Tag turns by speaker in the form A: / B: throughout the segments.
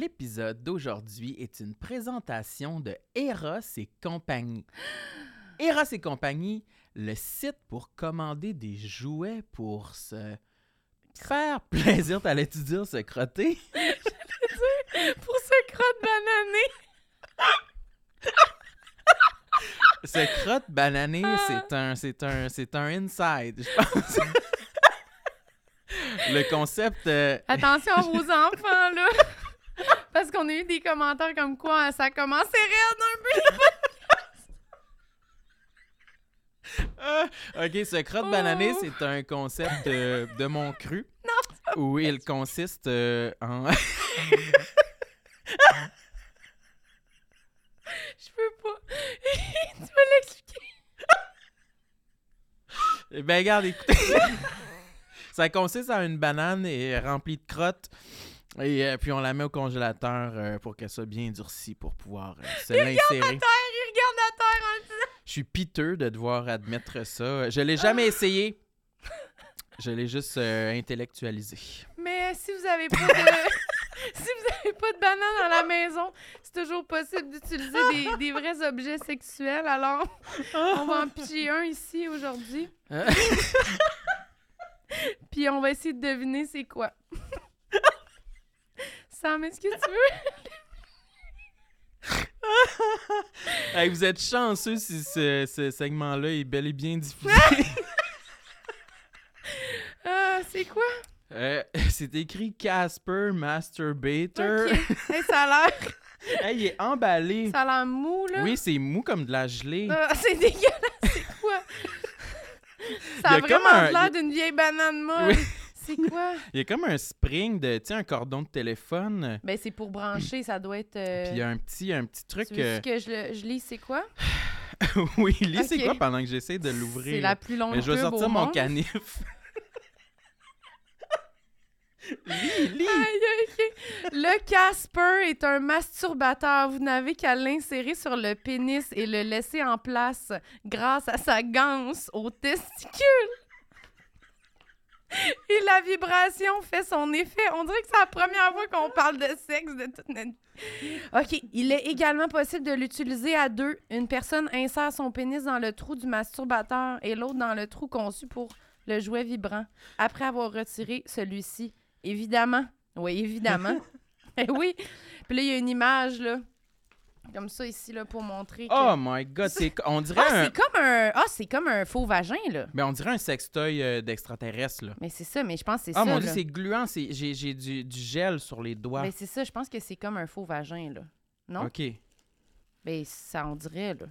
A: L'épisode d'aujourd'hui est une présentation de Eros et compagnie. Eros et compagnie, le site pour commander des jouets pour se faire plaisir. T'allais tu dire se crotter?
B: Pour ce crotte banané.
A: Se crotte banané,
B: Ah.
A: c'est un, c'est un, c'est un inside, je pense. le concept. euh,
B: Attention à vos enfants, là. Parce qu'on a eu des commentaires comme quoi ça commençait raide un peu.
A: Ah, ok, ce crotte
B: Oh.
A: banané, c'est un concept de, de mon cru. Où il consiste euh, en.
B: Je peux pas. tu vas l'expliquer.
A: Eh ben, regarde, écoutez. ça consiste en une banane et euh, remplie de crotte. Et euh, puis on la met au congélateur euh, pour qu'elle soit bien durcie pour pouvoir euh, se l'insérer.
B: Terre, il regarde la terre en disant. Ah!
A: Je suis piteux de devoir admettre ça. Je l'ai jamais essayé. Je l'ai juste euh, intellectualisé.
B: Mais si vous avez pas de. Si vous avez pas de banane à la maison, c'est toujours possible d'utiliser des, des vrais objets sexuels. Alors, on va en piger un ici aujourd'hui.
A: Hein?
B: Puis on va essayer de deviner c'est quoi. Sam, est-ce que tu veux?
A: Hey, vous êtes chanceux si ce, ce segment-là est bel et bien diffusé.
B: Ah! Euh, c'est quoi?
A: Euh, c'est écrit Casper Masturbator.
B: Ok. Hey, ça a l'air
A: Hey, il est emballé.
B: ça a l'air mou, là.
A: Oui, c'est mou comme de la gelée.
B: Ah, c'est dégueulasse, c'est quoi?
A: Il y
B: Ça a,
A: a comme
B: vraiment
A: un-
B: l'air d'une vieille banane molle.
A: Oui.
B: C'est quoi?
A: Il y a comme un spring de, tu sais, un cordon de téléphone.
B: Ben, c'est pour brancher, ça doit être... euh,
A: Puis il y a un petit, un petit truc.
B: tu veux que je, le- je lis, c'est quoi?
A: euh, oui, lis c'est
B: Ok.
A: quoi pendant que j'essaie de l'ouvrir.
B: C'est la plus longue
A: Mais je vais
B: pub au
A: sortir mon
B: monde.
A: canif. lis, lis.
B: Aïe, aïe, aïe. Le Casper est un masturbateur. Vous n'avez qu'à l'insérer sur le pénis et le laisser en place grâce à sa ganse aux testicules. Et la vibration fait son effet. On dirait que c'est la première fois qu'on parle de sexe de toute notre OK. Il est également possible de l'utiliser à deux. Une personne insère son pénis dans le trou du masturbateur et l'autre dans le trou conçu pour le jouet vibrant après avoir retiré celui-ci. Évidemment. Oui, évidemment. Eh oui. Puis là, il y a une image, là. Comme ça, ici, là, pour montrer. que-
A: Oh my god, c'est, on dirait
B: Ah,
A: un.
B: c'est comme un. Ah, c'est comme un faux vagin, là.
A: Mais on dirait un sextoy euh, d'extraterrestre, là.
B: Mais c'est ça, mais je pense que c'est
A: Ah
B: ça.
A: mon dieu,
B: là.
A: c'est gluant, c'est, j'ai, j'ai du, du gel sur les doigts.
B: Mais c'est ça, je pense que c'est comme un faux vagin, là. non?
A: OK.
B: Ben, ça en dirait, là.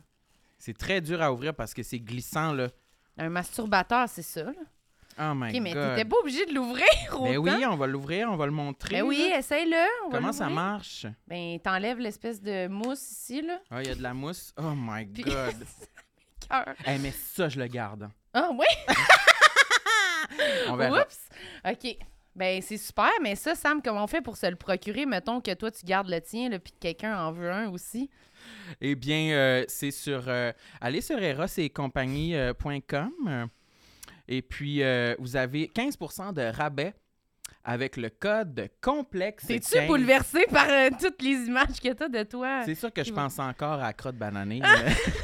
A: C'est très dur à ouvrir parce que c'est glissant, là.
B: Un masturbateur, c'est ça, là.
A: Oh my
B: OK, mais
A: god.
B: t'étais pas obligé de l'ouvrir autant.
A: Ben oui, on va l'ouvrir, on va le montrer.
B: Ben oui,
A: là.
B: essaye-le. on va
A: Comment ça
B: l'ouvrir.
A: marche?
B: Ben, t'enlèves l'espèce de mousse ici, là.
A: Ah, il y a de la mousse. Oh my
B: Puis-
A: god.
B: Cœur.
A: Eh, mais ça, je le garde.
B: Ah, oui?
A: On verra.
B: Oups! OK. Ben, c'est super, mais ça, Sam, comment on fait pour se le procurer? Mettons que toi, tu gardes le tien, là, puis que quelqu'un en veut un aussi.
A: Eh bien, euh, c'est sur. euh, allez sur euh, eros et compagnie.com. et puis, euh, vous avez 15 de rabais avec le code complexe.
B: T'es-tu
A: 15.
B: bouleversé par euh, toutes les images que t'as de toi?
A: C'est sûr que je
B: Ils
A: pense encore à crotte bananée.
B: Ah!
A: mais-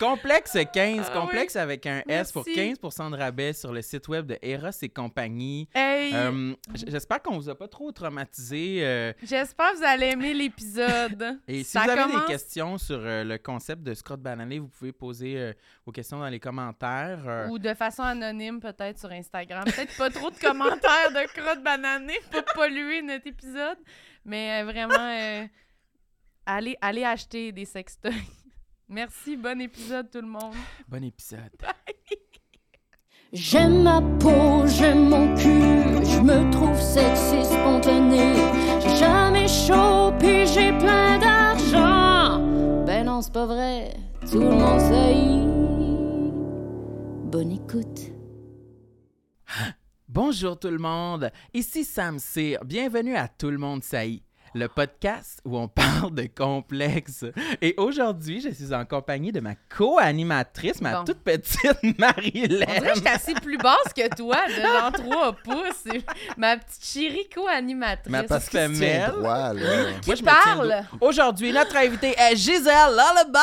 A: complexe 15,
B: Ah oui.
A: complexe avec un S pour
B: Merci.
A: 15 de rabais sur le site web de Eros et compagnie.
B: Hey!
A: Euh, j- J'espère qu'on vous a pas trop traumatisé. euh,
B: J'espère que vous allez aimer l'épisode.
A: et si
B: Ça
A: vous avez
B: commence-
A: des questions sur euh, le concept de Scott Banané, vous pouvez poser euh, vos questions dans les commentaires. euh.
B: Ou de façon anonyme, peut-être, sur Instagram. Peut-être pas trop de commentaires de crottes bananées pour polluer notre épisode. Mais euh, vraiment, euh, allez, allez acheter des sextoys. Merci, bon épisode tout le monde.
A: Bon épisode.
C: J'aime ma peau, j'aime mon cul, je me trouve sexy spontané. J'ai jamais chaud, puis j'ai plein d'argent. Ben non, c'est pas vrai, tout le monde sait. Bonne écoute.
A: Bonjour tout le monde, ici Sam Cyr, bienvenue à Tout le monde saillit. le podcast où on parle de complexes. Et aujourd'hui, je suis en compagnie de ma co-animatrice, ma
B: Bon.
A: toute petite
B: On dirait que je
A: Marilyn.
B: suis assise plus basse que toi, de genre 3 pouces. C'est Ma petite chirico-animatrice.
A: Ma petite-
B: Moi,
A: se
D: qu'il se
A: mêle.
D: tient droit, là.
B: qui parle.
A: Aujourd'hui, notre invitée est Gisèle Lullaby.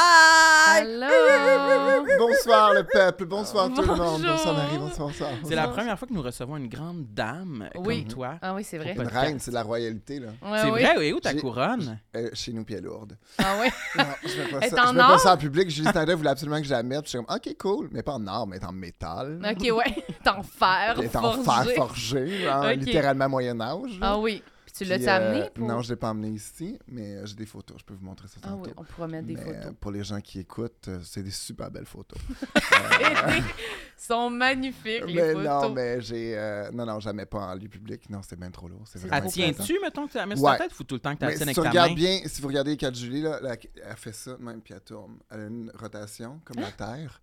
B: Allô?
D: Bonsoir le peuple, bonsoir tout le monde,
B: Bonjour.
D: bonsoir Marie, bonsoir, bonsoir.
A: C'est la première fois que nous recevons une grande dame
B: Oui.
A: comme toi.
B: Ah oui, c'est vrai.
D: Une
A: podcast.
D: reine, c'est de la royauté, là.
B: Ouais,
A: c'est
B: oui.
A: vrai, oui, où ta
D: J'ai-
A: couronne?
D: Euh, chez nous, puis elle est lourde.
B: Ah oui.
D: Non, je mets pas
B: Elle est
D: ça,
B: en
D: je mets pas
B: or?
D: ça en public. Julie Snyder voulait absolument que je la mette. puis Je suis comme, OK, cool, mais pas en or, mais en métal.
B: Ok, ouais. T'es en fer.
D: Elle est en fer
B: forgé.
D: forgé, genre,
B: Ok.
D: littéralement Moyen-Âge.
B: Ah oui. Puis tu l'as-tu
D: Puis, euh,
B: amené? Pour...
D: Non, je l'ai pas amené ici, mais euh, j'ai des photos. Je peux vous montrer ça
B: Ah oui,
D: tantôt.
B: on pourra mettre des
D: Mais, euh,
B: photos.
D: Pour les gens qui écoutent, euh, c'est des super belles photos.
B: Ils sont magnifiques, les
D: mais
B: photos.
D: non, mais j'ai. euh, non, non, jamais pas en lieu public. Non, c'est bien trop lourd. C'est
B: C'est
A: Elle
D: vraiment
B: trop
D: épuisant.
A: tient-tu, Ah, mettons, que tu la mets
D: Ouais.
A: sur ta tête ou tout le temps que tu la
D: Mais
A: tiennes avec
D: si tu
A: ta
D: regardes
A: main?
D: bien, si vous regardez les 4 Julie, là, la- elle fait ça, même, puis elle tourne. Elle a une rotation, comme la Terre.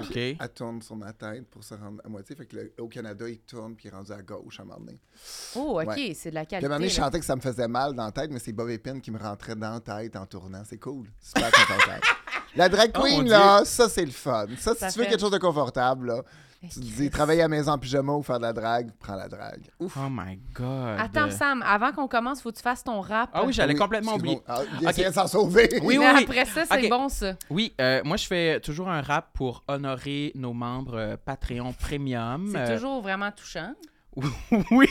A: OK.
D: Elle tourne sur ma tête pour se rendre à moitié. Fait que le- au Canada, il tourne, puis il est rendu à gauche à un moment donné.
B: Oh, ok,
D: Ouais.
B: c'est de la
D: Puis à un
B: qualité.
D: moment donné, je
B: là.
D: chantais que ça me faisait mal dans la tête, mais c'est Bob Epine qui me rentrait dans la tête en tournant. C'est cool. Super confortable. La drag
A: Oh, mon
D: queen,
A: Dieu.
D: là, ça, c'est le fun. Ça, si
B: Ça
D: tu veux
B: fait-
D: quelque chose de confortable, là,
B: Eh,
D: tu te dis
B: Christ.
D: travailler à la maison en pyjama ou faire de la drague, prends la drague.
A: Oh my God.
B: Attends, Sam, avant qu'on commence, faut que tu fasses ton rap.
A: Ah oui, j'allais
D: Oui,
A: complètement oublier.
D: excuse-moi. Ah, il
A: Ok.
D: essayait de s'en sauver.
A: Oui,
B: Mais
A: oui, oui.
B: après ça, c'est
A: Ok.
B: bon, ça.
A: Oui, euh, moi, je fais toujours un rap pour honorer nos membres euh, Patreon Premium.
B: C'est
A: Euh,
B: toujours vraiment touchant.
A: oui,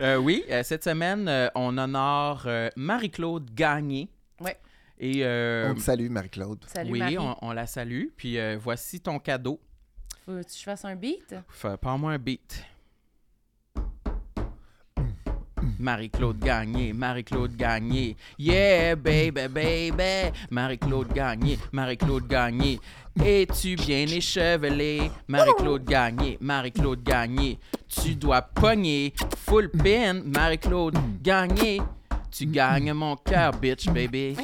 A: Euh, oui. euh, cette semaine, euh, on honore euh, Marie-Claude Gagné.
B: Ouais.
A: Et euh,
D: On te salue, Marie-Claude.
B: Salut,
A: oui,
B: Marie.
A: on, on la salue. Puis euh, voici ton cadeau.
B: Faut que je fasse un beat?
A: Fais- Prends-moi un beat. Marie-Claude Gagné, Marie-Claude Gagné. Yeah, baby, baby. Marie-Claude Gagné, Marie-Claude Gagné. Es-tu bien échevelée? Marie-Claude Gagné, Marie-Claude Gagné. Tu dois pogner full pin, Marie-Claude Gagné. Tu gagnes mon cœur, bitch, baby.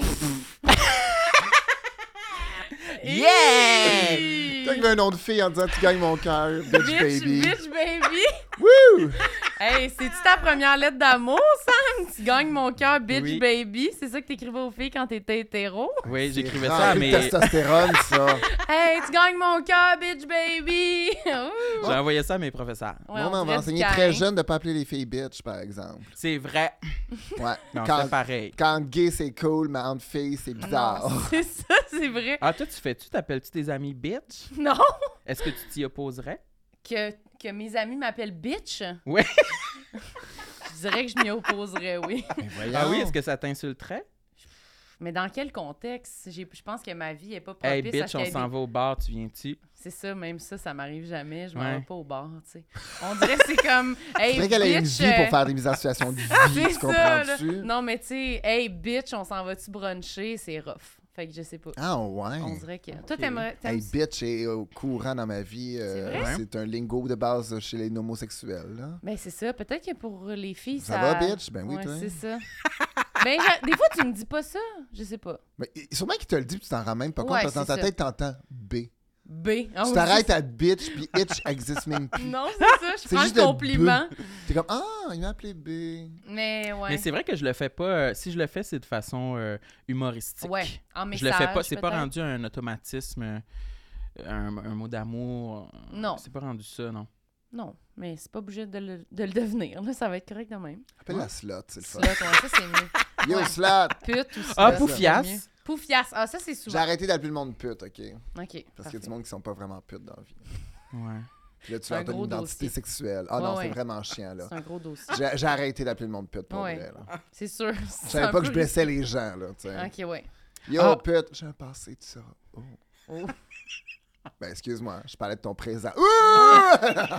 A: Yeah!
D: Toi qui veux un nom de fille en disant tu gagnes mon cœur, bitch
B: Bitch,
D: baby.
B: bitch, baby!
D: Woo!
B: hey, c'est-tu ta première lettre d'amour, Sam? Tu gagnes mon cœur, bitch,
A: Oui.
B: baby. C'est ça que t'écrivais aux filles quand t'étais hétéro?
A: Oui, j'écrivais
D: C'est
A: ça,
D: rempli de
A: mais
D: testostérone, ça.
B: hey, tu gagnes mon cœur, bitch, baby! Ouh.
A: j'ai envoyé ça à mes professeurs.
B: Ouais,
D: Moi, on
B: dirait
D: m'a
B: du
D: enseigné
B: câlin.
D: très jeune de pas appeler les filles bitch, par exemple.
A: C'est vrai.
D: Ouais.
A: Non,
D: quand,
A: c'est pareil.
D: quand gay, c'est cool, mais entre filles, c'est bizarre.
B: C'est ça, c'est vrai.
A: Ah, toi, tu fais-tu, t'appelles-tu tes amis bitch?
B: Non!
A: Est-ce que tu t'y opposerais?
B: Que, que mes amis m'appellent bitch?
A: Ouais.
B: je dirais que je m'y opposerais, oui.
D: Ben
A: Ah oui, est-ce que ça t'insulterait?
B: Mais dans quel contexte? J'ai- Je pense que ma vie est pas propice
A: Hey
B: à
A: bitch,
B: ce
A: on
B: qu'il y ait
A: s'en
B: des-
A: va au bar, tu viens-tu?
B: C'est ça, même ça, ça m'arrive jamais. Je m'en
A: Ouais.
B: vais pas au bar, tu sais. On dirait que c'est comme... Hey,
D: C'est vrai qu'elle a une
B: bitch,
D: vie
B: euh,
D: pour faire des mises en situation de vie,
B: C'est
D: tu
B: ça, là.
D: comprends-tu?
B: Non, mais tu sais, hey, bitch, on s'en va-tu bruncher? C'est rough. Fait que je sais pas.
D: Ah ouais.
B: On dirait que. Toi, t'aimerais. t'aimes-
D: Hey, bitch est au courant dans ma vie. euh,
A: vrai?
D: c'est un lingo de base chez les homosexuels. Là.
B: Ben, c'est ça. Peut-être que pour les filles, ça.
D: Ça va, bitch? Ben oui,
B: Ouais,
D: toi.
B: c'est ça. ben, j'a- des fois, tu me dis pas ça. Je sais pas.
D: Mais il- sûrement qu'il te le dit, puis tu t'en rends même pas compte.
B: Ouais,
D: parce que dans
B: c'est
D: ta
B: ça.
D: tête, t'entends B.
B: B. Ah,
D: tu
B: oui,
D: t'arrêtes à bitch, puis itch existe même
B: c'est-
D: plus.
B: Non, c'est ça. Je
D: C'est
B: prends
D: juste
B: le
D: le
B: compliment.
D: T'es comme, ah, il m'a appelé B.
B: Mais ouais.
A: Mais c'est vrai que je le fais pas. euh, si je le fais, c'est de façon euh, humoristique.
B: Ouais. En
A: je
B: message,
A: le fais pas. C'est pas
B: peut-être.
A: rendu un automatisme, euh, un, un mot d'amour. euh,
B: Non.
A: C'est pas rendu ça, non.
B: Non, mais c'est pas obligé de le, de le devenir. Là, ça va être correct de même.
D: Appelle-la slot, c'est le fun.
B: Slot, ouais, ça, c'est mieux.
D: Yo,
B: Ouais.
D: slot!
B: Pute ou slot.
A: Ah,
B: c'est
A: poufiasse.
B: mieux. Poufiasse. Ah, ça, c'est
D: J'ai
B: souvent.
D: arrêté d'appeler le monde pute, OK?
B: OK.
D: Parce qu'il y a
B: parfait.
D: du monde qui sont pas vraiment putes dans la vie.
A: Ouais.
D: Puis là, tu
B: C'est un
D: leur donnes
B: gros
D: une identité
B: dossier.
D: sexuelle. Ah non,
B: Ouais,
D: c'est
B: ouais.
D: vraiment chiant, là.
B: C'est un gros dossier.
D: J'ai j'ai arrêté d'appeler le monde pute, pour
B: Ouais.
D: vrai, là.
B: C'est sûr.
D: Je savais pas que je blessais les gens, là, tu sais.
B: Ok, ouais.
D: Yo,
A: Ah.
D: pute, j'ai un passé, tu sauras. Oh.
B: Oh.
D: Ben, excuse-moi, je parlais de ton présent. Ah! Ouh!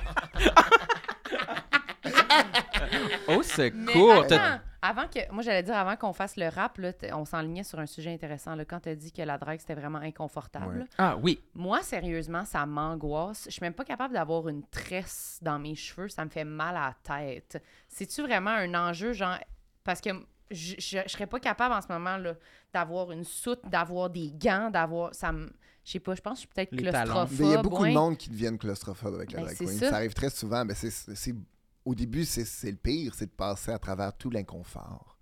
A: Au
B: Mais
A: secours! t'as-
B: Attends, avant que. Moi, j'allais dire, avant qu'on fasse le rap, là, t- on s'enlignait sur un sujet intéressant. Là, quand t'as dit que la drague, c'était vraiment inconfortable.
D: Ouais.
A: Ah oui.
B: Moi, sérieusement, ça m'angoisse. Je suis même pas capable d'avoir une tresse dans mes cheveux. Ça me fait mal à la tête. C'est-tu vraiment un enjeu, genre. Parce que. Je, je, je serais pas capable en ce moment là d'avoir une soute, d'avoir des gants, d'avoir ça me je sais pas, je pense que je suis peut-être
A: Les talons.
B: claustrophobe.
D: Mais il y a beaucoup
B: ouais.
D: de monde qui deviennent claustrophobes avec la
B: Ben,
D: drag
B: c'est
D: queen.
B: ça.
D: Ça. arrive très souvent. Ben, c'est- c'est- au début, c'est c'est le pire, c'est de passer à travers tout l'inconfort.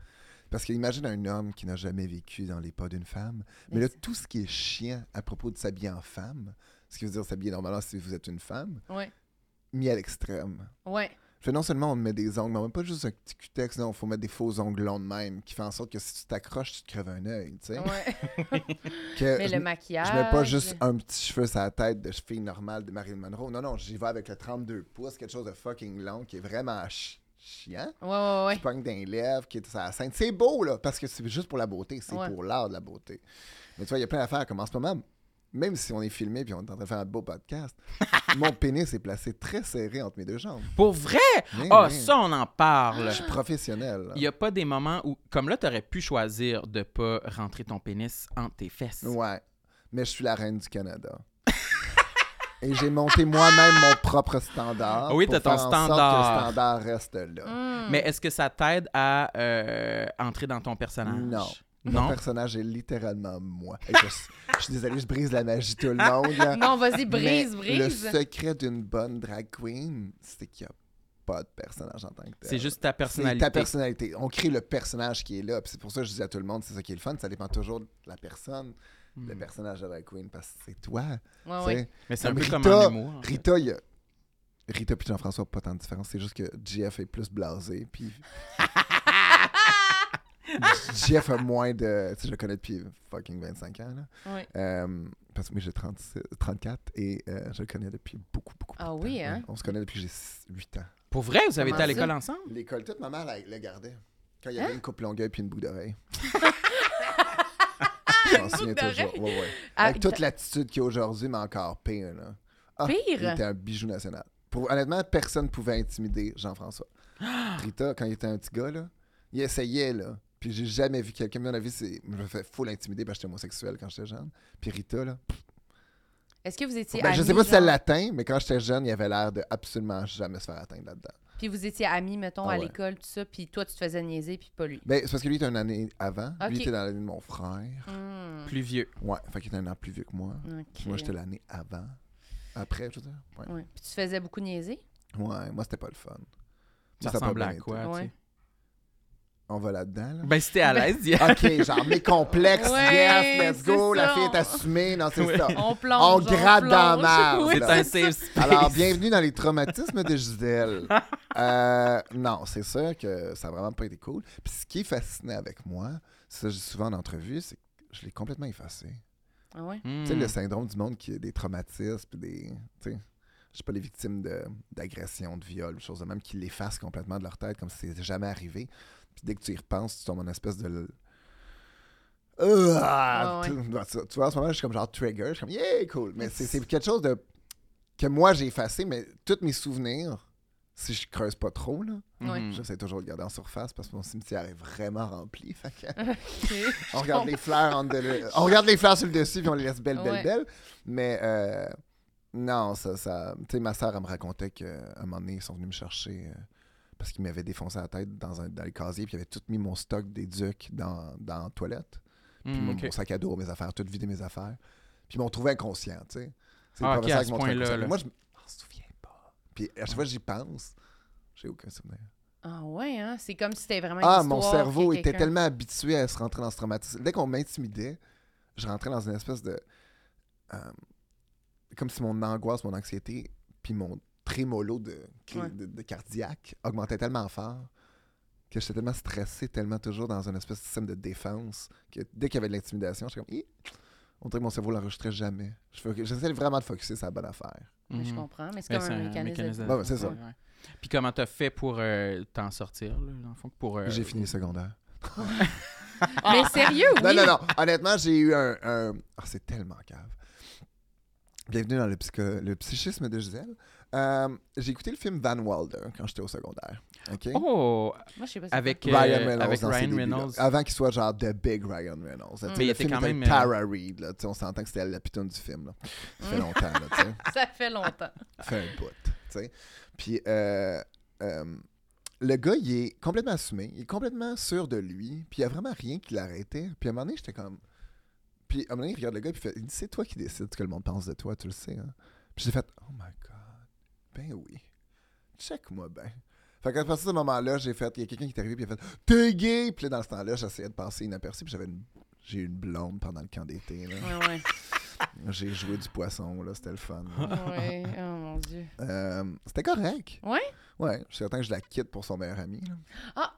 D: Parce qu'imagine un homme qui n'a jamais vécu dans les pas d'une femme. Mais
B: Mais
D: là, tout ce qui est chiant à propos de s'habiller en femme, ce qui veut dire s'habiller normalement si vous êtes une femme,
B: Ouais.
D: mis à l'extrême.
B: Ouais.
D: Fait non seulement on te met des ongles, mais on met pas juste un petit cutex, non, faut mettre des faux ongles longs de même, qui fait en sorte que si tu t'accroches, tu te crèves un œil, tu sais.
B: ouais.
D: Que
B: Mais
D: je,
B: le
D: mets-
B: maquillage.
D: je mets pas juste un petit cheveu sur la tête de fille normale de Marilyn Monroe. Non, non, j'y vais avec le 32 pouces, quelque chose de fucking long, qui est vraiment chi- chiant.
B: Ouais, ouais, ouais.
D: Qui pogne dans les lèvres, qui est sur la scène. C'est beau, là, parce que c'est juste pour la beauté, c'est
B: Ouais.
D: pour l'art de la beauté. Mais tu vois, il y a plein d'affaires, comme en ce moment, même si on est filmé puis on est en train de faire un beau podcast, mon pénis est placé très serré entre mes deux jambes.
A: Pour vrai?
D: Mais
A: Ah,
D: oui. Ah,
A: ça, on en parle.
D: Je suis professionnel. là.
A: Il n'y a pas des moments où, comme là, tu aurais pu choisir de pas rentrer ton pénis entre tes fesses.
D: Ouais. Mais je suis la reine du Canada. Et j'ai monté moi-même mon propre standard.
A: Ah oui,
D: pour
A: t'as ton
D: faire en sorte
A: standard.
D: que le standard reste
B: Mmh.
D: là.
B: Mm. Hmm.
A: Mais est-ce que ça t'aide à euh, entrer dans ton personnage?
D: Non. Mon
A: Non?
D: personnage est littéralement moi. Et je, je suis désolé, je brise la magie de tout le monde. là.
B: Non, vas-y, brise, Ah,
D: Mais
B: brise.
D: Le secret d'une bonne drag queen, c'est qu'il n'y a pas de personnage en tant que tel.
A: C'est juste ta
D: C'est
A: personnalité.
D: ta personnalité. On crée le personnage qui est là. Puis c'est pour ça que je dis à tout le monde, c'est ça qui est le fun. Ça dépend toujours de la personne, le
A: Hmm.
D: personnage de drag queen, parce que c'est toi.
B: Ouais,
D: tu
B: Ah ouais.
D: sais.
A: Mm. Mais c'est un
D: Comme
A: peu comme
D: Rita,
A: un humour. hein. en fait.
D: Rita, il y a- Rita puis Jean-François, pas tant de différence. C'est juste que JF est plus blasé, puis... JF a moins de... Tu sais, je le connais depuis fucking 25 ans, là.
B: Ouais.
D: Euh, parce que moi, j'ai 36 34 et euh, je le connais depuis beaucoup, beaucoup,
B: Ah
D: beaucoup de
B: oui,
D: temps.
B: hein?
D: Ouais, On se connaît depuis que j'ai six- 8 ans.
A: Pour vrai, vous avez été à
B: Comment ça? Mm.
A: l'école ensemble?
D: L'école, toute ma mère la, la gardait. Quand il
B: Hein?
D: y avait une coupe longueuil puis une boucle d'oreille. Je m'en souviens
B: boucle d'oreille?
D: toujours. Ouais, ouais.
B: Ah,
D: Avec toute l'attitude qu'il y a aujourd'hui, mais encore pire, là. Ah,
B: Pire?
D: Il était un bijou national. Pour, honnêtement, personne ne pouvait intimider Jean-François. Rita, quand il était un petit gars, là, il essayait, là. Puis j'ai jamais vu quelqu'un, à mon avis, c'est- je me fais full intimider parce que j'étais homosexuel quand j'étais jeune. Puis Rita, là.
B: Est-ce que vous étiez
D: ben,
B: amis?
D: je sais pas si elle
B: genre?
D: l'atteint, mais quand j'étais jeune, il avait l'air de absolument jamais se faire atteindre là-dedans.
B: Puis vous étiez amis, mettons,
D: Ah
B: à
D: ouais.
B: l'école, tout ça, puis toi, tu te faisais niaiser, puis pas lui.
D: Ben, c'est parce que lui était une année avant. Lui
B: Ok.
D: était dans l'année de mon frère.
B: Hmm,
A: Plus vieux.
D: Ouais, fait qu'il était un an plus vieux que moi.
B: ok.
D: Moi, j'étais l'année avant. Après, je veux dire. Ouais.
B: Ouais. Puis tu te faisais beaucoup niaiser?
D: Ouais, moi, c'était pas le fun.
A: Ça
D: Moi, a pas
A: ressemble
D: bien
A: à
D: été.
A: quoi, tu
B: Ouais.
A: sais?
D: On va là-dedans, là?
A: Ben, si t'es à l'aise, dis-
D: OK, genre, mes complexes,
B: Ouais,
D: yes, let's
B: c'est
D: go, la
B: ça,
D: fille est
B: on-
D: assumée, non, c'est
A: Ouais.
D: ça.
B: On plonge.
D: Ah, On gratte
B: plonge.
D: dans la marde.
B: Oui.
A: c'est
D: là.
A: un safe space.
D: Alors, bienvenue dans les traumatismes de Gisèle. Euh, non, c'est sûr que ça n'a vraiment pas été cool. Puis ce qui est fascinant avec moi, ça je dis souvent en entrevue, c'est que je l'ai complètement effacé.
B: Ah ouais?
A: Hmm.
D: Tu sais, le syndrome du monde qui a des traumatismes, puis des. Tu sais, je sais pas, les victimes de- d'agressions, de, viols, de choses de même, qui l'effacent complètement de leur tête comme si c'était jamais arrivé. Puis dès que tu y repenses, tu tombes en espèce de. l- Ah,
B: Ah ouais.
D: tout- tu- Tu vois, en ce moment, je suis comme genre trigger, je suis comme yeah, cool. Mais c'est c'est quelque chose de que moi j'ai effacé, mais tous mes souvenirs, si je creuse pas trop, là,
B: Hmm.
A: Mhm.
D: j'essaie toujours de garder en surface parce que mon cimetière est vraiment rempli. Fait que-
B: Ok.
D: on regarde les fleurs en dessous- on regarde les fleurs sur le dessus puis on les laisse belles belles
B: Ouais.
D: belles mais euh, non ça ça tu sais ma sœur elle me racontait qu'à un moment donné ils sont venus me chercher euh, parce qu'ils m'avaient défoncé la tête dans, un, dans le casier puis ils avaient tout mis mon stock des ducs dans, dans la toilette puis
A: Hmm,
D: mon,
A: ok.
D: mon sac à dos mes affaires tout vidé mes affaires puis ils m'ont trouvé inconscient tu sais c'est
A: Ah, ok, à
D: professeur
A: ce
D: qui m'ont trouvé
A: point-là,
D: inconscient.
A: là.
D: Mais moi je m'en souviens pas puis à chaque fois que j'y pense j'ai aucun souvenir
B: Ah ouais, hein? C'est comme si c'était vraiment une
D: ah,
B: histoire
D: mon cerveau
B: que
D: était
B: quelqu'un-
D: tellement habitué à se rentrer dans ce traumatisme. Dès qu'on m'intimidait, je rentrais dans une espèce de. euh, comme si mon angoisse, mon anxiété, puis mon trémolo de, cri-
B: Ouais.
D: de- de cardiaque augmentait tellement fort que j'étais tellement stressé, tellement toujours dans une espèce de système de défense que dès qu'il y avait de l'intimidation, j'étais comme. Hi! On dirait que mon cerveau l'enregistrait jamais. Je fais- J'essaie vraiment de focuser sur la bonne affaire.
B: Mais je
A: Mhm.
B: comprends, mais c'est
A: Ben,
B: comme un, mécanisme.
A: mécanisme
B: de-
D: Ouais, ouais, c'est ça.
A: défense, ouais. Puis comment t'as fait pour euh, t'en sortir, là, dans le fond, pour... euh,
D: J'ai fini le secondaire.
B: Ah, Mais sérieux, oui?
D: Ah. Non, non, non. Honnêtement, j'ai eu un. un- Ah, c'est tellement cave. Bienvenue dans le, psycho- le psychisme de Gisèle. Euh, j'ai écouté le film Van Wilder quand j'étais au secondaire. OK?
A: Oh!
B: Moi, je sais pas c'est
A: Avec euh,
D: Ryan Reynolds.
A: avec
D: dans ses
A: Ryan
D: débuts, là.
A: Reynolds.
D: Avant qu'il soit genre The Big Ryan Reynolds. Tu sais,
A: Mais il
D: le
A: était
D: film
A: quand
D: était
A: même, euh,
D: Tara Reid. là. Tu sais, On s'entend que c'était la pitoune du film. Là. Ça
A: euh,
D: fait longtemps. Là, tu sais.
B: quoi. Ça fait longtemps.
D: fait un bout. tu sais. Puis euh, euh, le gars, il est complètement assumé, il est complètement sûr de lui, puis il n'y a vraiment rien qui l'arrêtait. Puis à un moment donné, j'étais comme. Puis à un moment donné, il regarde le gars, puis il fait il dit, C'est toi qui décides ce que le monde pense de toi, tu le sais. Hein? Puis j'ai fait Oh my God, ben oui, check-moi ben. Fait qu'à partir de ce moment-là, j'ai fait. Il y a quelqu'un qui est arrivé puis il a fait T'es gay! Puis là, dans ce temps-là, j'essayais de passer inaperçu. Puis j'avais une. J'ai eu une blonde pendant le camp d'été. là.
B: Ouais, ouais.
D: J'ai joué du poisson, là, c'était le fun.
B: ouais. Oh mon Dieu.
D: Euh, c'était correct.
B: Ouais?
D: Ouais, je suis certain que je la quitte pour son meilleur ami. là.
B: Ah!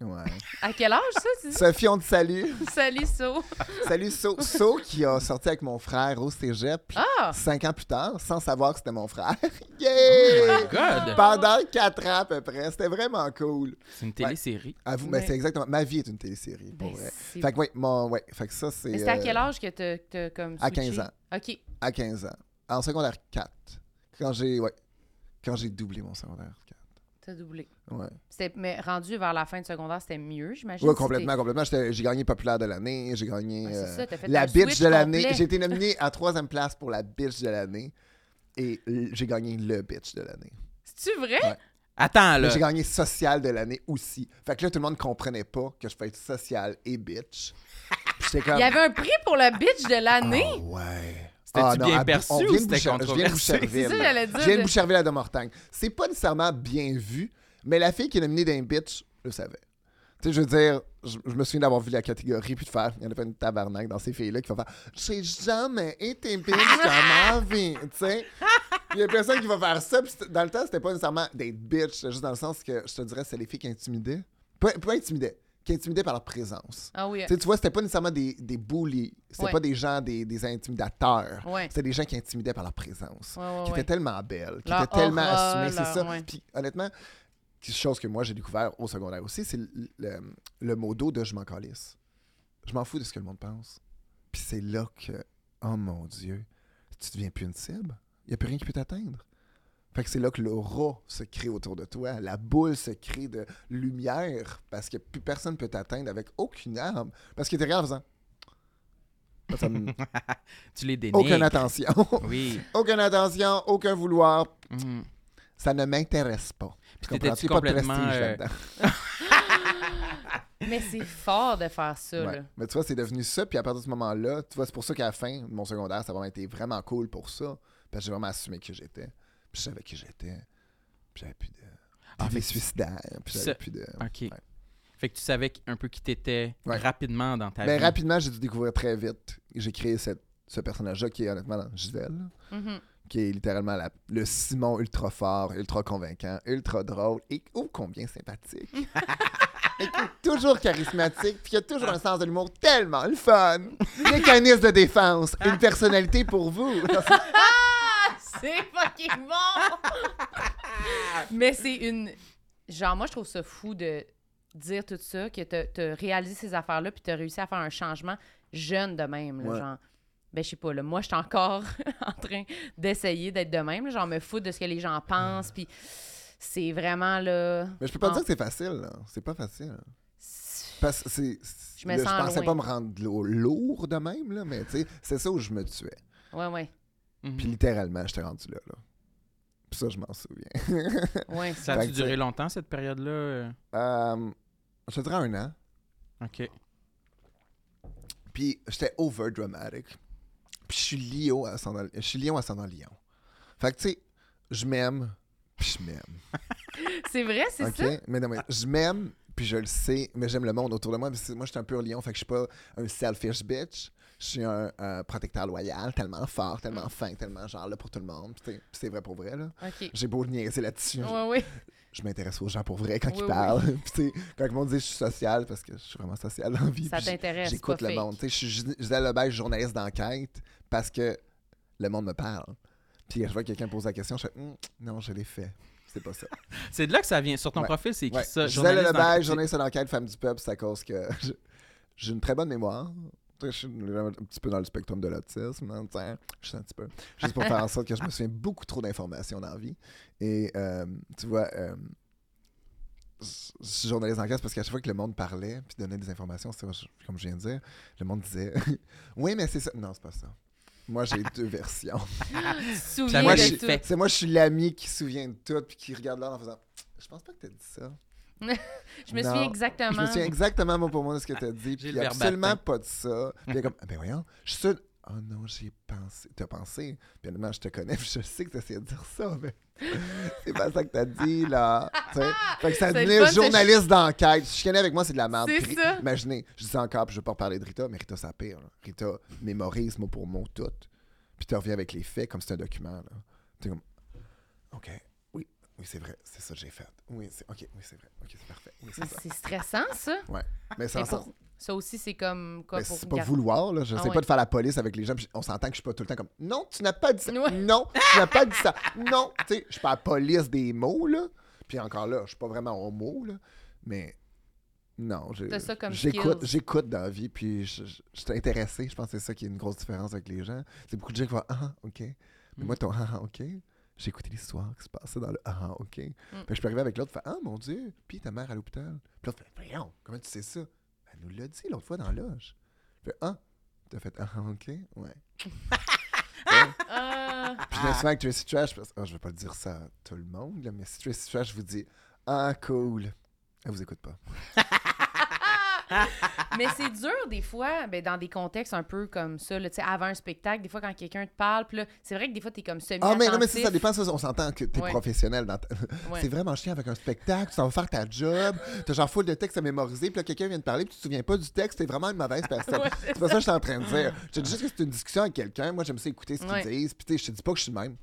D: Ouais.
B: À quel âge, ça, tu dis?
D: Sophie, on te salue.
B: Salut, So.
D: Salut So. So qui a sorti avec mon frère au cégep, puis
B: Ah!
D: cinq ans plus tard, sans savoir que c'était mon frère.
A: Oh My
D: yeah!
A: God!
D: Pendant quatre ans à peu près. C'était vraiment cool.
A: C'est une télésérie.
D: À vous,
B: Ouais.
D: c'est exactement. Ma vie est une télésérie, pour
B: Ben,
D: vrai.
B: c'est-
D: Fait que, ouais, mon, ouais, fait que ça, c'est.
B: Mais c'était à
D: euh,
B: quel âge que t'as que t'as comme
D: à
B: switché?
D: 15 ans.
B: OK.
D: À 15 ans. En secondaire 4. Quand j'ai. Ouais. Quand j'ai doublé mon secondaire
B: T'as doublé.
D: 4. Ouais.
B: C'était- Mais rendu vers la fin de secondaire, c'était mieux, j'imagine.
D: Ouais,
B: si t'es-
D: complètement, complètement. J'étais- J'ai gagné populaire de l'année, j'ai gagné
B: Ouais, c'est
D: euh,
B: ça, t'as fait
D: la
B: un
D: bitch
B: switch
D: de l'année.
B: complet.
D: J'ai été nominé à troisième place pour la bitch de l'année et l- j'ai gagné le bitch de l'année.
B: C'est-tu vrai?
A: Attends,
D: Mais
A: là.
D: J'ai gagné social de l'année aussi. Fait que là, tout le monde comprenait pas que je pouvais être social et bitch. Puis J'étais comme.
B: Il y avait un prix pour la bitch de l'année.
D: Ah ouais.
A: C'était-tu bien
D: à Bou-
A: perçu
D: on
A: ou
D: vient de
A: c'était
D: Boucher- Je viens de
A: controversé?
D: Boucherville.
B: C'est ça, j'allais dire
D: Je viens de
B: de-
D: Boucherville à de Mortagne. C'est pas nécessairement bien vu, mais la fille qui est nominée d'un bitch, je le savais. Tu sais, je veux dire, je, je me souviens d'avoir vu la catégorie puis de faire, il y en a pas une tabarnak dans ces filles-là qui va faire J'ai jamais été bitch dans ma vie. Tu sais, il y a personne qui va faire ça. Puis c'est- dans le temps, c'était pas nécessairement des bitch, c'était juste dans le sens que je te dirais, c'est les filles qui intimidaient. Pas, pas intimidaient, qui intimidaient par leur présence.
B: Ah oui.
D: Tu sais, tu vois, c'était pas nécessairement des, des bullies, c'était
B: Ouais.
D: pas des gens, des, des intimidateurs.
B: Ouais.
D: C'était des gens qui intimidaient par leur présence,
B: Ouais, ouais,
D: qui
B: ouais.
D: étaient tellement belles, qui
B: Leur
D: étaient tellement
B: aura,
D: assumées, c'est
B: leur-
D: ça.
B: ouais.
D: Puis honnêtement, quelque chose que moi j'ai découvert au secondaire aussi, c'est le, le- le mot d'eau de je m'en calisse. Je m'en fous de ce que le monde pense. Puis c'est là que, oh mon Dieu, tu deviens plus une cible. Il n'y a plus rien qui peut t'atteindre. Fait que c'est là que l'aura se crée autour de toi, la boule se crée de lumière parce que plus personne peut t'atteindre avec aucune arme parce que t'es rien en faisant. Ça, ça me-
A: Tu les dénigres.
D: aucune attention,
A: Oui.
D: aucune attention, aucun vouloir.
A: Mhm.
D: Ça ne m'intéresse pas. Tu
A: Puis
D: comprends?
A: t'étais-tu
D: Il y a pas de
A: complètement,
D: prestige
A: euh,
D: là-dedans.
B: Mais c'est fort de faire ça,
D: Ouais.
B: là.
D: Mais tu vois, c'est devenu ça. Puis à partir de ce moment-là, tu vois, c'est pour ça qu'à la fin de mon secondaire, ça a vraiment été vraiment cool pour ça. Parce que j'ai vraiment assumé qui j'étais. Puis je savais qui j'étais. Puis j'avais plus de.
A: Ah,
D: des
A: fait que-
D: suicidaires. Puis
A: Ça-
D: j'avais plus de.
A: OK. Fait que tu savais un peu qui t'étais
D: Ouais. Ben,
A: rapidement dans ta
D: Mais
A: vie.
D: rapidement, j'ai dû découvrir très vite. J'ai créé cette- ce personnage-là qui est honnêtement dans Gisèle, là,
B: Mhm.
D: qui est littéralement la- le Simon ultra fort, ultra convaincant, ultra drôle et ô combien sympathique. Et qui est toujours charismatique, puis qui a toujours un sens de l'humour tellement le fun. Mécanisme de défense,
B: Ah.
D: une personnalité pour vous.
B: C'est fucking bon! Mais c'est une. Genre, moi, je trouve ça fou de dire tout ça, que t'as t'as réalisé ces affaires-là, puis t'as réussi à faire un changement jeune de même. là,
D: Ouais.
B: Genre, ben, je sais pas, là, moi, je suis encore en train d'essayer d'être de même. là, genre, me foutre de ce que les gens pensent, puis c'est vraiment là.
D: Mais je peux pas
B: Ah.
D: dire que c'est facile, là. c'est pas facile.
B: c'est-
D: Parce que c'est.
B: Je me
D: là,
B: sens
D: pensais
B: loin.
D: pas me rendre lo- lourd de même, là, mais tu sais, c'est ça où je me tuais.
B: Ouais, ouais.
A: Mhm.
D: Puis littéralement, j'étais rendu là, là. Puis ça, je m'en souviens.
B: Ouais.
A: Ça a
D: Fait que
A: duré
D: c'est-
A: longtemps, cette période-là? euh?
D: Euh, je te dirais un an.
A: OK.
D: Puis j'étais over dramatic. Puis je suis lion ascendant, je suis lion ascendant lion. Fait que tu sais, je m'aime, puis je m'aime.
B: C'est vrai, c'est
D: OK?
B: ça?
D: Mais non, mais je m'aime, puis je le sais, mais j'aime le monde autour de moi. parce que moi, je suis un pur lion, fait que je suis pas un selfish bitch. Je suis un, un protecteur loyal, tellement fort, tellement fin, tellement genre là pour tout le monde. Puis t'sais, puis c'est vrai pour vrai, là.
B: OK.
D: J'ai beau niaiser là-dessus.
B: Ouais, ouais.
D: je m'intéresse aux gens pour vrai quand
B: Oui,
D: ils
B: oui.
D: parlent. Puis, tu sais, quand le monde dit je suis social, parce que je suis vraiment social dans la vie.
B: Ça
D: puis j-
B: t'intéresse.
D: J'écoute
B: pas
D: le
B: fake.
D: monde. Tu sais, je suis Gis- Gisèle Lebel, journaliste d'enquête, parce que le monde me parle. Puis je vois quelqu'un poser la question, je fais Hum, non, je l'ai fait. C'est pas ça.
A: C'est de là que ça vient. Sur ton
D: Ouais.
A: profil, c'est écrit
D: Ouais.
A: ça.
D: Gisèle
A: journaliste
D: Lebel,
A: dans-
D: journaliste d'enquête, femme du peuple, c'est à cause que je- j'ai une très bonne mémoire. Tu sais, Je suis un petit peu dans le spectre de l'autisme. hein, tu sais, Je suis un petit peu. Juste pour faire en sorte que je me souviens beaucoup trop d'informations dans la vie. Et euh, tu vois, euh, je je suis journaliste d'enquête parce qu'à chaque fois que le monde parlait puis donnait des informations, c'est comme je viens de dire, le monde disait Oui, mais c'est ça. Non, c'est pas ça. Moi, j'ai deux versions.
B: Tu te
A: Ça
B: souviens
D: Moi,
A: Moi,
B: de
D: je
A: j'ai
D: suis-
B: tout.
A: fait.
D: c'est moi, je suis l'ami qui se souvient de tout puis qui regarde l'heure en faisant Je pense pas que t'as dit ça.
B: Je me
D: Non.
B: souviens
D: Je
B: exactement.
D: me souviens exactement mot pour mot de ce que tu as dit.
A: J'ai
D: Puis
A: le
D: absolument
A: verbatim.
D: pas de ça. Puis elle est comme, Ah ben voyons, je suis sûr. Ah, Oh non, j'ai pensé. T'as pensé? Puis honnêtement, je te connais, puis je sais que t'essayais de dire ça, mais c'est pas ça que t'as dit, là. Tu sais? Fait que ça
B: C'est le
D: devenait
B: fun, c'est-
D: journaliste d'enquête. Si je connais avec moi, c'est de la merde.
B: C'est
D: Puis,
B: ça.
D: Imaginez, je dis encore, puis je veux pas reparler de Rita, mais Rita, ça pire. là. Rita mémorise mot pour mot tout. Puis tu reviens avec les faits comme c'est un document, là. T'es comme, OK, oui, oui, c'est vrai, c'est ça que j'ai fait. Oui, c'est OK, oui, c'est vrai. OK, c'est parfait. Oui, c'est ça.
B: Ah, C'est stressant, ça.
D: Ouais. Mais
B: Mais
D: sans ça.
B: pour- Ça aussi, c'est comme quoi
D: Mais
B: pour
D: c'est pas
B: gar-
D: vouloir, là. Je
B: Ah
D: sais
B: ouais.
D: pas de faire la police avec les gens. puis on s'entend que je suis pas tout le temps comme Non, tu n'as pas dit ça.
B: Ouais.
D: Non, tu n'as pas dit ça. Non, tu sais, je suis pas la police des mots, là. Puis encore là, je suis pas vraiment au mot, là. Mais non, j'ai-
B: T'as ça comme
D: j'écoute,
B: skills.
D: j'écoute dans la vie, puis je, je- je suis intéressé. Je pense que c'est ça qui est une grosse différence avec les gens. C'est beaucoup de gens qui vont Ah, ok. Mais
A: Mm.
D: moi, ton Ah, ah, ok. J'ai écouté l'histoire qui se passait dans le Ah, ah, ok.
B: Mm.
D: Fait que je peux arriver avec l'autre, fait Ah, mon Dieu, puis ta mère à l'hôpital. Puis l'autre fait Voyons, comment tu sais ça Elle nous l'a dit l'autre fois dans la loge. Je fais Ah, t'as fait Ah, ok. Ouais.
B: Ah,
D: Puis je me souviens avec Tracy Trash, parce que oh, je vais pas le dire ça à tout le monde, là, mais si Tracy Trash vous dit Ah, cool, elle vous écoute pas.
B: mais c'est dur des fois, ben, dans des contextes un peu comme ça, là, tu sais, avant un spectacle, des fois quand quelqu'un te parle, puis là, c'est vrai que des fois t'es comme semi
D: Ah, mais non, mais c'est ça, ça dépend, ça, on s'entend que t'es
B: Ouais.
D: professionnel. Dans ta-
B: Ouais.
D: C'est vraiment chiant avec un spectacle, tu t'en vas faire ta job, t'as genre full de texte à mémoriser, puis là, quelqu'un vient de parler, puis tu te souviens pas du texte, t'es vraiment une mauvaise personne.
B: Ouais,
D: c'est pas ça que je suis en train de dire. Je te dis juste que c'est une discussion avec quelqu'un, moi, j'aime ça écouter ce qu'ils
B: Ouais.
D: disent, puis tu sais, je te dis pas que je suis le même.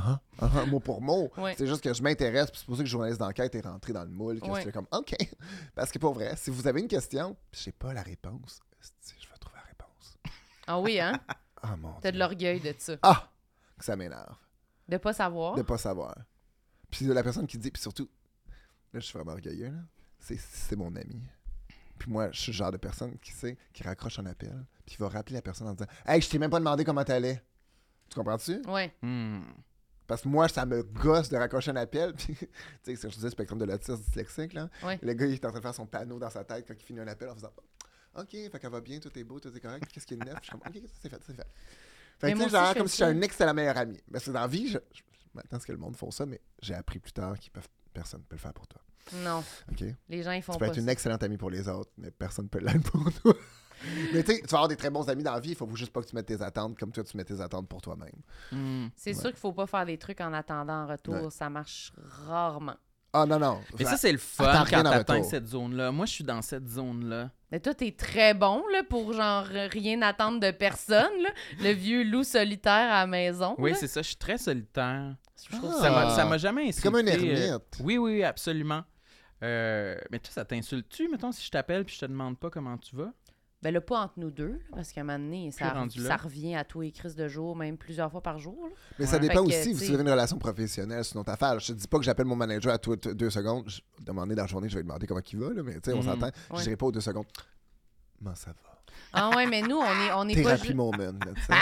D: Ah, ah, ah, mot pour mot.
B: Ouais.
D: C'est juste que je m'intéresse, puis c'est pour ça que le journaliste d'enquête est rentré dans le moule, que
B: Ouais.
D: c'était comme OK. Parce que pour vrai, si vous avez une question, puis j'ai pas la réponse, esti, je vais trouver la réponse.
B: Ah oui, hein?
D: Ah mon
B: T'as de
D: Dieu.
B: l'orgueil de ça.
D: Ah! Que ça m'énerve
B: De pas savoir.
D: de pas savoir. Puis la personne qui dit, puis surtout, là, je suis vraiment orgueilleux, là, c'est, c'est mon ami. Puis moi, je suis le genre de personne qui sait, qui raccroche un appel, puis qui va rappeler la personne en disant Hey, je t'ai même pas demandé comment t'allais. Tu comprends-tu?
B: Ouais.
A: Hmm.
D: Parce que moi, ça me gosse de raccrocher un appel. Puis, tu sais, c'est ce que je disais, spectrum de l'autisme dyslexique, là.
B: Ouais.
D: Le gars, il est en train de faire son panneau dans sa tête quand il finit un appel en faisant OK, fait qu'elle va bien, tout est beau, tout est correct, qu'est-ce qui est neuf? Je suis comme OK, ça c'est fait, ça c'est fait. Fait
B: Mais
D: que, tu
B: moi aussi, je
D: sais, genre,
B: fais
D: comme si
B: ça.
D: j'étais un excellent meilleur ami. Parce que dans la vie, je, je- maintenant, ce que le monde font ça, mais j'ai appris plus tard qu'ils peuvent. Personne ne peut le faire pour toi.
B: Non.
D: OK?
B: Les gens, ils font
D: tu peux
B: pas
D: être
B: ça.
D: une excellente amie pour les autres, mais personne ne peut l'être pour toi. mais tu sais, tu vas avoir des très bons amis dans la vie, il faut juste pas que tu mettes tes attentes comme toi, tu mets tes attentes pour toi-même.
A: Hmm.
B: C'est sûr qu'il faut pas faire des trucs en attendant en retour. Ça marche rarement.
D: Ah non, non.
A: Mais ça, c'est le fun
D: Attends
A: quand
D: rien en
A: t'atteins
D: retour. Ah,
A: cette zone-là. Moi, je suis dans cette zone-là.
B: Mais toi, t'es très bon là, pour genre rien attendre de personne. là. Le vieux loup solitaire à la maison.
A: Oui,
B: là.
A: c'est ça. Je suis très solitaire.
B: Je trouve
D: Ah.
A: Ça m'a- ça
D: Ah.
A: m'a jamais insulté.
D: C'est comme un
A: euh,
D: ermite.
A: Oui, oui, oui, absolument. Euh, mais toi, ça t'insulte-tu, mettons, si je t'appelle puis je te demande pas comment tu vas?
B: Ben là, pas entre nous deux, là, parce qu'à un moment donné, ça,
A: rendu là.
B: ça revient à tous les crises de jour, même plusieurs fois par jour. là.
D: Mais ça
A: Ouais.
D: dépend
B: Fait que,
D: aussi
B: tu
D: si
B: sais-
D: vous avez une relation professionnelle, c'est une autre affaire. Je te dis pas que j'appelle mon manager à toutes deux secondes. Je vais demander dans la journée, je vais lui demander comment il va, là, mais tu sais, on
A: Mhm.
D: s'entend.
B: Ouais.
D: Je dirais pas aux deux secondes. Comment ça va?
B: Ah ouais, mais nous, on est, on est pas
D: Thérapie
B: ju-
D: moment, là, tu sais.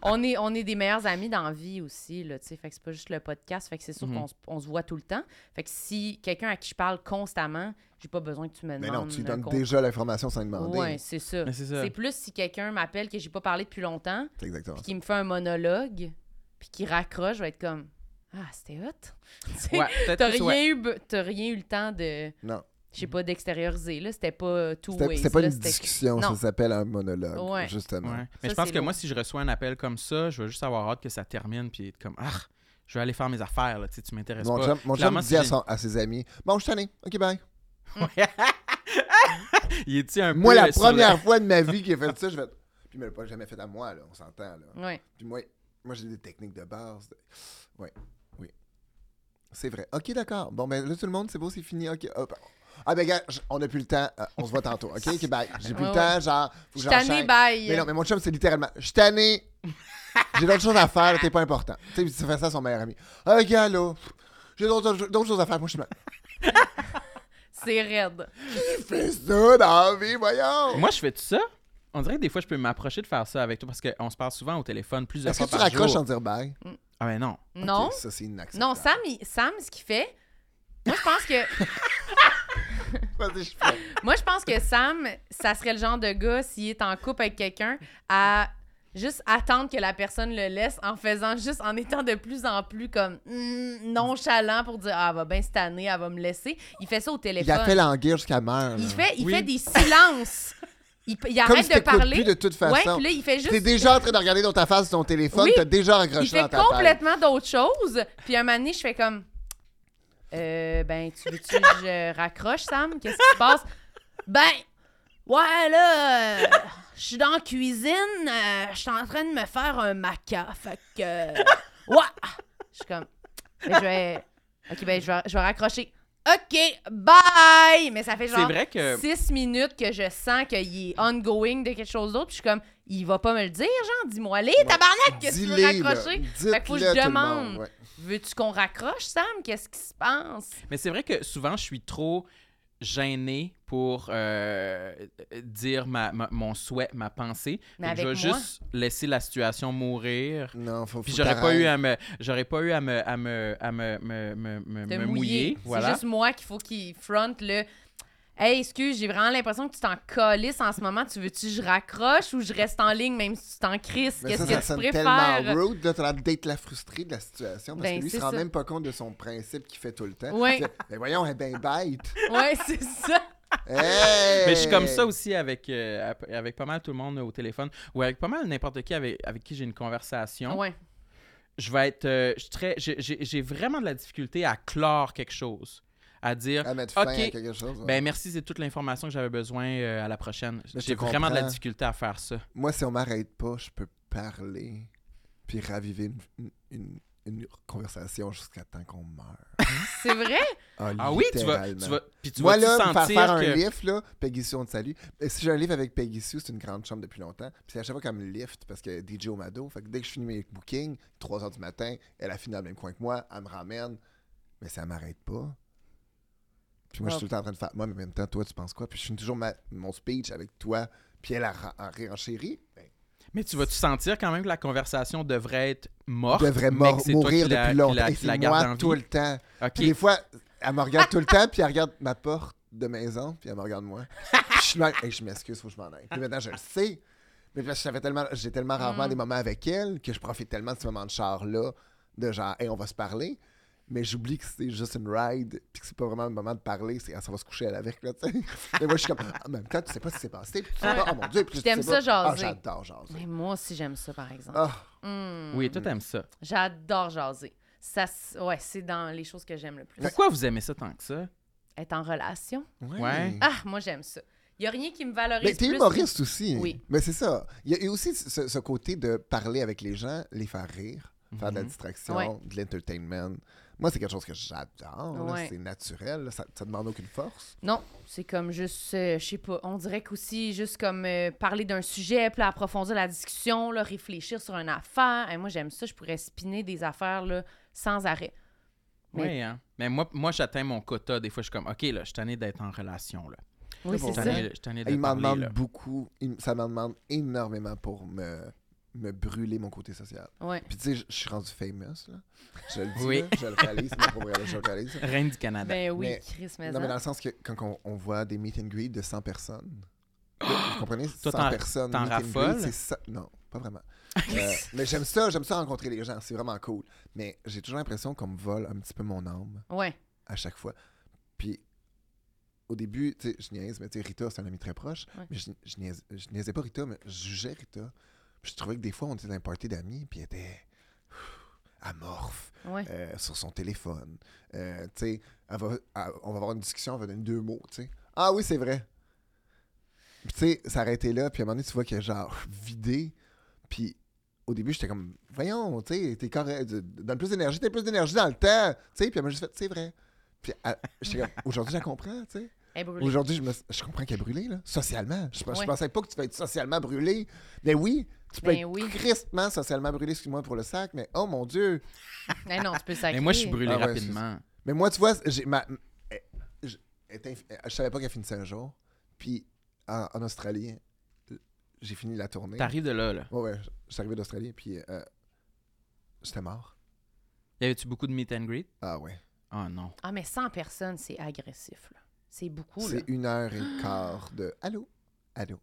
B: on est, on est des meilleurs amis dans la vie aussi, là, tu sais. Fait que c'est pas juste le podcast. Fait que c'est sûr
A: Mhm.
B: qu'on se- on se voit tout le temps. Fait que si quelqu'un à qui je parle constamment, j'ai pas besoin que tu me demandes.
D: Mais non, tu lui
B: un
D: donnes
B: con-
D: déjà l'information sans lui demander.
B: Ouais, c'est ça.
A: Mais c'est ça.
B: C'est plus si quelqu'un m'appelle que j'ai pas parlé depuis longtemps,
D: C'est Exactement.
B: puis qui me fait un monologue, puis qui raccroche, je vais être comme Ah, c'était hot. Tu sais,
A: Ouais, peut-être
B: T'as
A: plus,
B: rien,
A: ouais.
B: eu be- t'as rien eu le temps de.
D: Non.
B: Je sais pas, d'extérioriser. Là, c'était pas tout
D: C'était
B: ways.
D: c'était pas
B: là,
D: une
B: c'était-
D: discussion,
B: Non.
D: ça s'appelle un monologue,
B: Ouais.
D: justement.
A: Ouais. Mais
B: Ça,
A: je pense
B: c'est
A: que moi,
B: lourd.
A: si je reçois un appel comme ça, je veux juste avoir hâte que ça termine puis être comme Ah, je vais aller faire mes affaires, là, tu sais, tu m'intéresses
D: Mon
A: pas.
D: chum, mon chum
A: Clairement,
D: dit
A: si
D: à,
A: j'ai-
D: son- à ses amis Bon, je suis tanné. OK, bye.
A: Il est un
D: Moi,
A: peu,
D: la
A: euh, sur
D: première fois de ma vie qu'il a fait ça, je vais. Puis, il me l'a pas jamais fait à moi, là, on s'entend, là.
B: Ouais.
D: Puis moi, moi j'ai des techniques de base. Oui, oui. C'est vrai. OK, d'accord. Bon, ben là, tout le monde, c'est beau, c'est fini. OK, hop. Ah, ben, gars, j- on n'a plus le temps. Euh, on se voit tantôt. OK, OK, bye. J'ai plus
B: Ouais,
D: le temps, genre, faut
B: Je suis
D: que
B: tannée,
D: j'enchaîne.
B: bye.
D: Mais non, mais mon chum, c'est littéralement, je suis tanné. J'ai d'autres choses à faire, là, t'es pas important. Tu sais, tu fais ça à son meilleur ami. OK, allô. J'ai d'autres d'autres choses à faire. Moi, je suis mal.
B: C'est raide.
D: Il fait ça dans la vie, voyons.
A: Moi, je fais tout ça. On dirait que des fois, je peux m'approcher de faire ça avec toi parce qu'on se parle souvent au téléphone plusieurs
D: Est-ce
A: fois
D: que tu
A: par
D: raccroches
A: jour.
D: en dire bye?
A: Ah, ben non.
B: Non.
D: Ok, ça, c'est inacceptable.
B: Non, Sam, il- Sam, ce qu'il fait, moi je pense que
D: Vas-y, je fais.
B: moi je pense que Sam, ça serait le genre de gars s'il est en couple avec quelqu'un à juste attendre que la personne le laisse en faisant juste en étant de plus en plus comme hmm, nonchalant pour dire ah elle va bien cette année, elle va me laisser. Il fait ça au
D: Il a fait
B: téléphone.
D: languir jusqu'à mère.
B: hein. Il
D: là.
B: fait, il
A: Oui.
B: fait des silences. Il, il
D: Comme
B: arrête
D: si
B: de
D: t'écoutes
B: parler.
D: plus de toute
B: ouais,
D: façon.
B: puis là, il fait juste.
D: T'es déjà en train de regarder dans ta face ton téléphone,
B: Oui.
D: t'as déjà
B: Il
D: raccroché
B: fait
D: dans ta tête.
B: complètement d'autres choses. Puis un moment donné, je fais comme. Euh, ben, tu veux-tu que je raccroche, Sam? Qu'est-ce qui se passe? Ben, ouais, là, euh, je suis dans la cuisine, euh, je suis en train de me faire un maca. Fait que. euh, ouais! Je suis comme. Ben, je vais. Ok, ben, je vais, je vais raccrocher. Ok, bye! Mais ça fait
A: C'est
B: genre
A: vrai
D: Euh,
A: que.
B: six minutes que je sens qu'il est ongoing de quelque chose d'autre. Puis je suis comme, il va pas me le dire, genre, dis-moi, allez, tabarnak, qu'est-ce que tu veux
D: Dis-les, là.
B: raccrocher? Fait que faut que
D: Dites-le
B: je
D: à tout le monde,
B: demande.
D: ouais.
B: Veux-tu qu'on raccroche, Sam? Qu'est-ce qui se passe?
A: Mais c'est vrai que souvent, je suis trop gêné pour euh, dire ma, ma- mon souhait, ma pensée.
B: Mais
A: Fait que je
B: avec
A: vais
B: moi.
A: juste laisser la situation mourir.
D: Non, faut,
A: Puis
D: faut
A: j'aurais pas
D: t'arrêter.
A: eu à me, j'aurais pas eu à me, à me, à me, me, me, me-
B: Te
A: me mouiller.
B: C'est
A: Voilà.
B: juste moi qu'il faut qu'il front le. Hey, excuse, j'ai vraiment l'impression que tu t'en colisses en ce moment. Tu veux-tu que je raccroche ou je reste en ligne même si tu t'en crises?
D: Mais
B: Qu'est-ce
D: ça,
B: que
D: ça
B: tu
D: sonne
B: préfères?
D: tellement rude là, t'as l'air d'être la frustrée de la situation parce
B: Ben,
D: que lui il
B: c'est
D: se rend
B: ça.
D: même pas compte de son principe qu'il fait tout le temps.
B: Ouais.
D: Fait, Mais voyons, elle est bien bête.
B: Ouais, c'est ça.
D: Hey!
A: Mais je suis comme ça aussi avec, euh, ap- avec pas mal tout le monde au téléphone ou avec pas mal n'importe qui avec, avec qui j'ai une conversation.
B: Ouais.
A: Je vais être, euh, je suis très, j'ai- j'ai j'ai vraiment de la difficulté à clore quelque chose, à dire,
D: À mettre fin
A: hein. Ok.
D: à quelque chose. Ah, ouais.
A: ben merci, c'est toute l'information que j'avais besoin euh, à la prochaine.
D: Mais je
A: J'ai
D: te
A: vraiment de la
D: comprends.
A: difficulté à faire ça.
D: Moi, si on m'arrête pas, je peux parler puis raviver une, une- une- une conversation jusqu'à temps qu'on meure.
B: C'est vrai?
A: Ah oui, tu vas, tu
D: littéralement.
A: vas, puis tu
D: Moi,
A: vas
D: là, me faire
A: sentir
D: faire un
A: que-
D: lift, là, Peggy Sue, on te salue. Euh, Si j'ai un livre avec Peggy Sue, c'est une grande chambre depuis longtemps. Puis c'est à chaque fois qu'elle me lift, parce que DJ au Mado, fait que dès que je finis mes bookings, 3 h du matin, elle a fini dans le même coin que moi, elle me ramène, mais ça m'arrête pas. Puis moi, je suis tout le temps en train de faire. Moi, mais en même temps, toi, tu penses quoi? Puis je finis toujours ma- mon speech avec toi, puis elle a ra- en réenchéri. Ben,
A: Mais tu vas-tu sentir quand même que la conversation devrait être morte?
D: elle devrait
A: Ah, mais
D: mor-
A: que c'est toi
D: mourir
A: qui la-
D: depuis
A: qui
D: longtemps.
A: la-
D: Et
A: qui la
D: c'est
A: garde en
D: moi
A: vie?
D: tout le temps.
A: OK.
D: Puis des fois, elle me regarde tout le temps, puis elle regarde ma porte de maison, puis elle me regarde moi. Puis je, me- Hey, je m'excuse, faut que je m'en aille. Puis maintenant, je le sais. Mais parce que j'avais tellement, j'ai tellement rarement des
B: Mm.
D: moments avec elle que je profite tellement de ce moment de char-là, de genre, hey, on va se parler. Mais j'oublie que c'est juste une ride, puis que c'est pas vraiment le moment de parler, c'est ah, ça va se coucher elle avec, là, tu sais. Mais moi, je suis comme, ah, en même temps, tu sais pas ce qui s'est passé, puis tu sais pas, oh mon Dieu, puis tu
B: J'aime
D: sais pas.
B: ça
D: Ah,
B: jaser.
D: j'adore jaser.
B: Mais moi aussi, j'aime ça, par exemple.
D: Ah,
B: Hmm.
A: Oui, toi, t'aimes ça.
B: J'adore jaser. Ça, s- ouais, c'est dans les choses que j'aime le plus.
A: Pourquoi vous aimez ça tant que ça?
B: Être en relation.
A: Ouais.
B: Ah, moi, j'aime ça. Il n'y a rien qui me valorise
D: Mais t'es
B: plus.
D: humoriste aussi. hein.
B: Oui.
D: Mais c'est ça. Il y a- il y a aussi ce, ce côté de parler avec les gens, les faire rire, faire de la
A: Mhm.
D: distraction,
B: Ouais.
D: de l'entertainment. Moi, c'est quelque chose que j'adore. là.
B: Ouais.
D: C'est naturel. là. Ça, ça demande aucune force.
B: Non, c'est comme juste, euh, je sais pas, on dirait qu'aussi, juste comme euh, parler d'un sujet, puis là, approfondir la discussion, là, réfléchir sur une affaire. Et moi, j'aime ça, je pourrais spinner des affaires là, sans arrêt. Mais-
A: Oui, hein. Mais moi, moi j'atteins mon quota. Des fois, je suis comme, OK, là, je suis tanné d'être en relation, là.
B: Oui, c'est
D: bon,
A: Je suis
B: ça.
A: tanné- je suis tanné de
D: Il m'en
A: parler,
D: demande
A: là.
D: beaucoup. Il- ça m'en demande énormément pour me, me brûler mon côté social.
B: Ouais.
D: Puis tu sais, je- je suis rendu famous. Là. Je le dis,
A: Oui.
D: là, je le réalise. mais pour vrai, là, je le réalise.
A: Reine du Canada.
B: Ben oui,
D: Mais-
B: Chris, mais,
D: Non, mais
B: hein.
D: dans le sens que quand on, on voit des meet and greet de 100 personnes, vous comprenez?
A: Toi,
D: 100
A: t'en-
D: personnes,
A: t'en
D: meet and greet,
A: raffoles?
D: c'est ça- Non, pas vraiment. Euh, mais j'aime ça, j'aime ça rencontrer les gens, c'est vraiment cool. Mais j'ai toujours l'impression qu'on me vole un petit peu mon âme
B: Ouais.
D: à chaque fois. Puis au début, tu sais, je niaise, mais tu sais, Rita, c'est un ami très proche.
B: Ouais.
D: Mais je, je, niaise- je niaisais pas Rita, mais je jugeais Rita. Puis je trouvais que des fois, on était dans un party d'amis, puis elle était ouf, amorphe
B: Ouais.
D: euh, sur son téléphone. Euh, tu sais, elle va- elle- on va avoir une discussion, on va donner deux mots, tu sais. Ah oui, c'est vrai. Puis tu sais, s'arrêter là, puis à un moment donné, tu vois qu'elle est genre vidée. Puis au début, j'étais comme, voyons, tu sais, t'es correct, donne plus d'énergie, t'as plus d'énergie dans le temps, tu sais. Puis elle m'a juste fait, c'est vrai. Puis elle- j'étais comme, aujourd'hui, je la comprends, tu sais.
B: Elle est brûlée.
D: Aujourd'hui, je, me- je comprends qu'elle est brûlée, là, socialement. Je, je
B: Ouais.
D: pensais pas que tu vas être socialement brûlé. Mais oui, tu peux
B: Ben
D: être
B: oui.
D: crispement socialement brûlé, excuse-moi pour le sac, mais oh mon Dieu.
B: Eh non, tu peux sacrer.
A: Mais moi, je suis brûlé
D: Ah ouais,
A: rapidement.
D: Mais moi, tu vois, j'ai ma. elle- Je, elle était inf- je savais pas qu'elle finissait un jour. Puis en, en Australie, euh, j'ai fini la tournée.
A: T'arrives de là, là.
D: Ouais, ouais, je je suis arrivé d'Australie, puis euh, j'étais mort.
A: Y avait-tu beaucoup de meet and greet?
D: Ah ouais.
A: Oh non.
B: Ah, mais 100 personnes, c'est agressif. là. C'est beaucoup. Là.
D: C'est une heure et quart de allô, allô,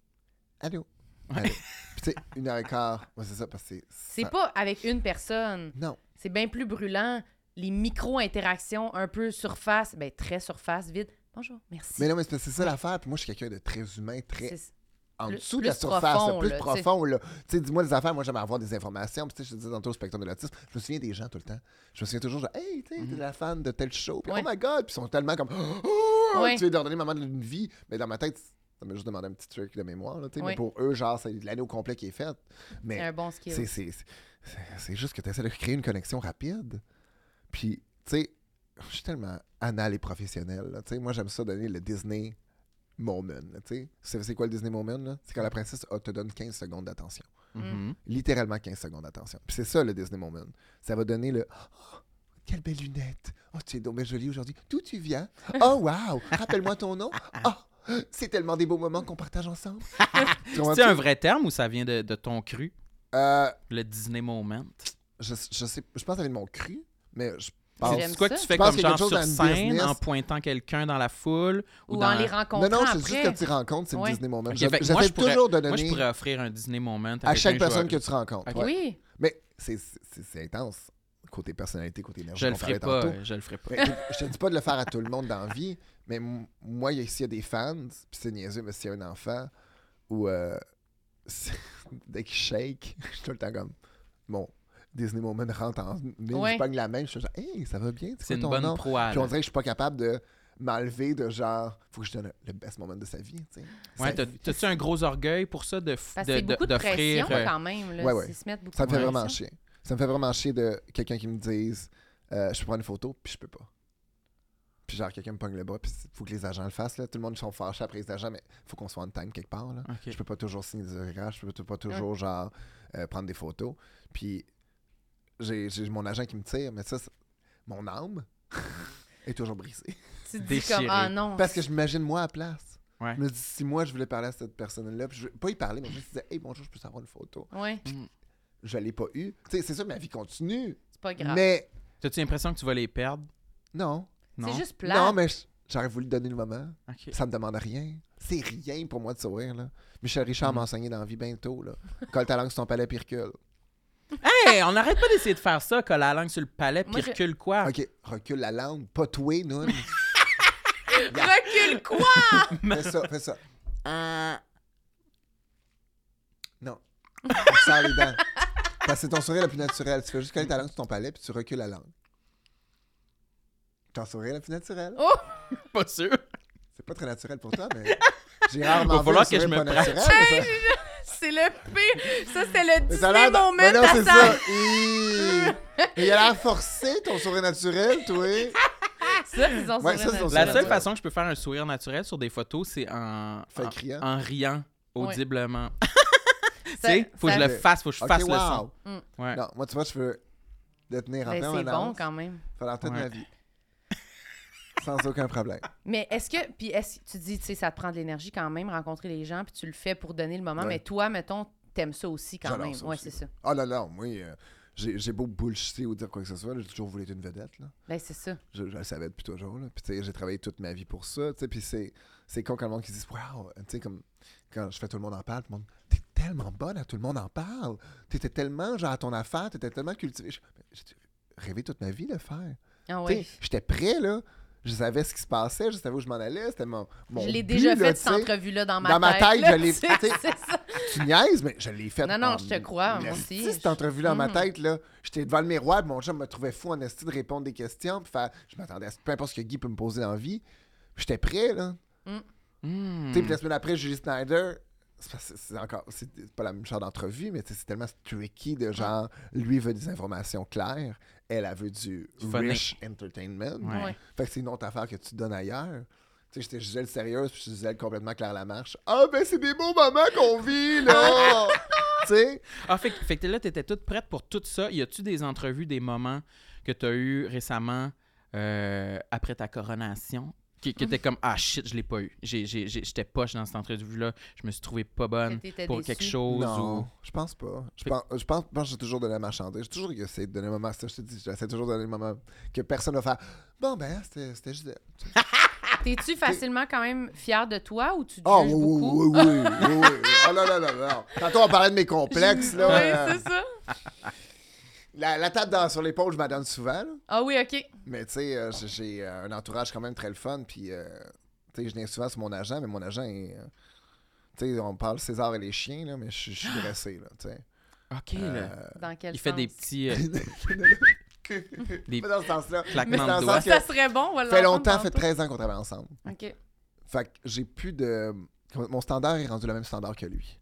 D: allô, allô. Puis tu sais, une heure et quart, moi c'est ça, parce que
B: C'est
D: ça-
B: pas avec une personne.
D: Non.
B: C'est bien plus brûlant. Les micro-interactions un peu surface, ben très surface, vide. Bonjour, merci.
D: Mais non, mais c'est parce que c'est ça l'affaire. Puis moi, je suis quelqu'un de très humain, très
B: C'est-
D: en
C: Plus-
D: dessous de la
C: plus
D: surface,
C: profond,
D: plus
C: là, tu sais.
D: profond. là. Tu sais, dis-moi des affaires. Moi, j'aime avoir des informations. Puis, tu sais, je te dis, dans tout le spectre de l'autisme, je me souviens des gens tout le temps. Je me souviens toujours, genre, hey, tu sais, t'es la fan de tel show. Puis,
C: Mhm. Ouais.
D: oh my God. Puis, ils sont tellement comme, oh,
C: Ouais.
D: tu sais, de leur donner le moment d'une vie. Mais dans ma tête, ça m'a juste demandé un petit truc de mémoire. Là, tu sais.
C: Ouais.
D: Mais pour eux, genre, c'est l'année au complet qui est faite. Mais
C: C'est un bon skill.
D: c'est, c'est, c'est- c'est- c'est juste que tu essaies de créer une connexion rapide. Puis, tu sais, je suis tellement anal et professionnel. là. Tu sais, moi, j'aime ça donner le Disney moment. là, Tu sais, c'est, c'est quoi le Disney moment? là? C'est quand la princesse ah, te donne 15 secondes d'attention.
A: Mhm.
D: Littéralement 15 secondes d'attention. Puis c'est ça le Disney moment. Ça va donner le Oh, quelle belle lunette. Oh, tu es donc bien jolie aujourd'hui. D'où tu viens? Oh, wow. Rappelle-moi ton nom. Oh, c'est tellement des beaux moments qu'on partage ensemble. Tu comprends-tu?
A: C'est un vrai terme ou ça vient de, de ton cru,
D: Euh,
A: le Disney Moment?
D: je, je sais, je pense que ça vient de mon cru, mais je pense.
C: J'aime
A: C'est quoi
C: ça.
A: que tu fais
D: Je pense
A: comme
D: qu'il y a
A: genre
D: quelque chose
A: sur
D: dans le
A: scène
D: business.
A: en pointant quelqu'un dans la foule ou,
C: Ou
A: dans
C: en les rencontrant
D: Non, non, c'est
C: après.
D: juste que tu rencontres, c'est
C: Ouais.
D: le Disney Moment.
A: Ok,
D: J'a-
A: fait que moi,
D: J'essaie
A: je pourrais-
D: toujours de
A: Moi, je
D: donner
A: pourrais offrir un Disney Moment à,
D: à
A: quelqu'un,
D: chaque
A: je
D: personne
A: vais-
D: que tu rencontres.
A: Ok.
D: ouais.
C: Oui.
D: Mais c'est- c'est c'est- c'est intense. Côté personnalité, côté énergie.
A: Je le
D: qu'on
A: ferai
D: parlait
A: pas,
D: tantôt.
A: euh, je le ferai pas.
D: Mais je te dis pas de le faire à tout le monde dans la vie, mais m- moi, il y a- s'il y a des fans, puis c'est niaiseux, mais s'il y a un enfant, ou euh, c'est- dès qu'il shake, je suis tout le temps comme, bon, Disney Moment rentre en mille,
C: Ouais.
D: je pogne la main, je suis genre, hey, ça va bien,
A: C'est
D: c'est
A: une
D: quoi ton
A: bonne
D: nom?
A: proie.
D: Puis
A: Ah, là.
D: on dirait que je suis pas capable de m'enlever de genre, faut que je donne le best moment de sa vie, tu sais.
A: Ouais,
D: Ça-
A: t'as- T'as-tu un gros orgueil pour ça de f-
C: Parce que
A: de-
C: c'est beaucoup
A: de-
C: de
A: d'offrir
C: pression
A: euh,
C: quand même. Là,
D: Ouais, ouais.
C: Ils se mettent beaucoup
D: Ça me
C: de
D: fait vraiment
C: pression.
D: chier. Ça me fait vraiment chier de quelqu'un qui me dise euh, je peux prendre une photo, puis je peux pas. Puis genre, quelqu'un me pogne le bras, puis il faut que les agents le fassent. Là. Tout le monde ils sont fâchés après les agents, mais faut qu'on soit en time quelque part. Là.
A: ok.
D: Je peux pas toujours signer des autographes, je peux pas toujours genre euh, prendre des photos. Puis j'ai j'ai mon agent qui me tire, mais ça, c'est- mon âme est toujours brisée.
C: Tu te dis
A: Déchiré.
C: comme, ah non.
D: Parce que je m'imagine moi à la place.
A: Ouais.
D: Je me dis, si moi je voulais parler à cette personne-là, puis je voulais pas y parler, mais je me disais, hey bonjour, je peux avoir une photo.
C: Ouais,
D: Je l'ai pas eu. Tu sais, c'est ça, ma vie continue.
C: c'est pas grave.
D: Mais
A: T'as-tu l'impression que tu vas les perdre?
D: non.
A: Non.
C: C'est juste plat.
D: Non, mais j- j'aurais voulu donner le moment.
A: Ok.
D: Ça me demande rien. C'est rien pour moi de sourire, là. Michel Richard
A: Mm.
D: m'a enseigné dans la vie bientôt, là. Colle ta langue sur ton palais puis recule.
A: Hey, on n'arrête pas d'essayer de faire ça, coller la langue sur le palais, puis
C: Moi, je-
A: recule quoi?
D: OK, recule la langue, pas toi, non.
B: Recule quoi?
D: fais ça, fais ça.
A: Euh,
D: Non. Tu sors les dents. Parce que c'est ton sourire le plus naturel. Tu fais juste coller ta langue sur ton palais puis tu recules la langue. Ton sourire le plus naturel.
C: Oh,
A: Pas sûr.
D: C'est pas très naturel pour toi, mais j'ai rarement
A: Va
D: vu
A: falloir
D: un
A: que je
D: sourire
A: me
D: pas
A: pratique.
D: naturel, mais ça-
B: C'est le pire. Ça, c'est le
D: Mais ça
B: Disney
D: a l'air de-
B: moment
D: Mais
B: de
D: non,
B: ta
D: c'est
B: salle.
D: ça. Hi. Mais Il a l'air forcé, ton sourire naturel, toi.
C: Ça, ils ont
D: Ouais,
C: sur
D: ça,
C: une-
D: c'est
A: La
D: Ouais.
A: seule façon que je peux faire un sourire naturel sur des photos, c'est en,
D: Fait
A: en-
D: criant.
A: en riant
C: Ouais.
A: audiblement. tu
C: Ça-
A: sais, faut que je
C: ça-
A: le fasse, faut que je
D: Ok,
A: fasse
D: wow.
A: le son. Ouais.
D: Non, moi, tu vois, je veux le tenir en
C: Ben, c'est bon
D: permanence.
C: quand même.
D: Pendant toute
A: Ouais.
D: ma vie. Sans aucun problème.
C: Mais est-ce que, puis est-ce tu dis, tu sais, ça te prend de l'énergie quand même, rencontrer les gens, puis tu le fais pour donner le moment,
D: Ouais.
C: mais toi, mettons, t'aimes ça aussi quand
D: J'adore
C: même.
D: ça
C: ouais,
D: aussi.
C: c'est ça.
D: Oh là là, moi, euh, j'ai j'ai beau bullshiter ou dire quoi que ce soit, j'ai toujours voulu être une vedette, là.
C: Ben, c'est ça.
D: Je, je le savais depuis toujours, là. Puis, tu sais, j'ai travaillé toute ma vie pour ça, tu sais. Puis, c'est c'est con quand le monde qui dit « Wow! » Tu sais, comme quand je fais « Tout le monde en parle », tout le monde « T'es tellement bonne à Tout le monde en parle! T'étais tellement, genre, à ton affaire, t'étais tellement cultivée. » Je- J'ai rêvé toute ma vie de le faire.
C: Ah
D: Tu sais,
C: ouais.
D: J'étais prêt, là. Je savais ce qui se passait, je savais où je m'en allais, c'était mon, mon
C: Je l'ai
D: but,
C: déjà
D: là,
C: fait,
D: tu
C: cette
D: sais.
C: entrevue-là, dans ma
D: Dans ma
C: tête.
D: tête,
C: là,
D: je l'ai-
C: tu sais,
D: tu sais.
C: c'est ça.
D: Tu niaises, mais je l'ai fait.
C: Non, non,
D: en
C: je te crois, moi
D: esti,
C: aussi.
D: cette entrevue-là dans ma
C: Mm.
D: tête, là, j'étais devant le miroir, puis mon chum me trouvait fou en esti de répondre des questions, puis faire, je m'attendais à ce peu importe ce que Guy peut me poser dans la vie. J'étais prêt, là.
A: Hmm.
D: Tu sais, puis la semaine après, Julie Snyder, c'est parce que c'est encore, c'est c'est pas la même genre d'entrevue, mais tu sais, c'est tellement tricky de genre, lui veut des informations claires, elle, elle veut du
A: Funny.
D: rich entertainment.
A: Ouais.
C: Ouais.
D: Fait que c'est une autre affaire que tu donnes ailleurs. Tu sais, j'étais Gisèle sérieuse, puis je suis Gisèle complètement Claire Lamarche. Ah, ben c'est des beaux moments qu'on vit, là! tu sais?
A: Ah, fait, que- fait que là, t'étais toute prête pour tout ça. Y a-tu des entrevues, des moments que t'as eu récemment euh, après ta coronation? Qui, que t'es comme, ah shit, je l'ai pas eu. J'ai- j'ai- j'ai- J'étais poche dans cette entrevue-là. Je me suis trouvé pas bonne
C: Que t'étais
A: pour
C: déçue.
A: quelque chose.
D: Non,
A: ou-
D: je pense pas. Je
A: Fait-
D: pense, je pense, je pense que j'ai toujours donné à marchander. J'ai toujours essayé de donner un moment. ça, Je te dis, j'essaie toujours de donner un moment que personne va faire. Bon, ben, c'était c'était Gisèle.
C: T'es-tu facilement quand même fière de toi ou tu te
D: Oh,
C: juges
D: oui,
C: beaucoup?
D: oui, oui, oui, oui, oui. Oh là là là là. Tantôt, on parlait de mes complexes, là. Euh,
C: Oui, c'est ça.
D: la, la table dans- sur l'épaule, je m'adonne souvent, là.
C: Ah oui, OK.
D: Mais tu sais, euh, j'ai- j'ai euh, un entourage quand même très le fun. Puis, euh, tu sais, je viens souvent sur mon agent, mais mon agent est. euh, Tu sais, on parle César et les chiens, là, mais je je suis dressé, là, tu sais.
A: OK, là.
D: Euh,
B: Dans quel
A: Il fait des
B: sens?
A: petits euh, des
D: Pas dans ce sens-là. Mais c'est
A: claquements
D: dans
A: de
D: le
A: doigts.
D: sens
B: Ça serait bon, on va
D: que fait
B: l'entendre
D: longtemps, fait
B: tantôt.
D: 13 ans qu'on travaille ensemble.
B: OK.
D: Fait que j'ai plus de. comme Mon standard est rendu le même standard que lui.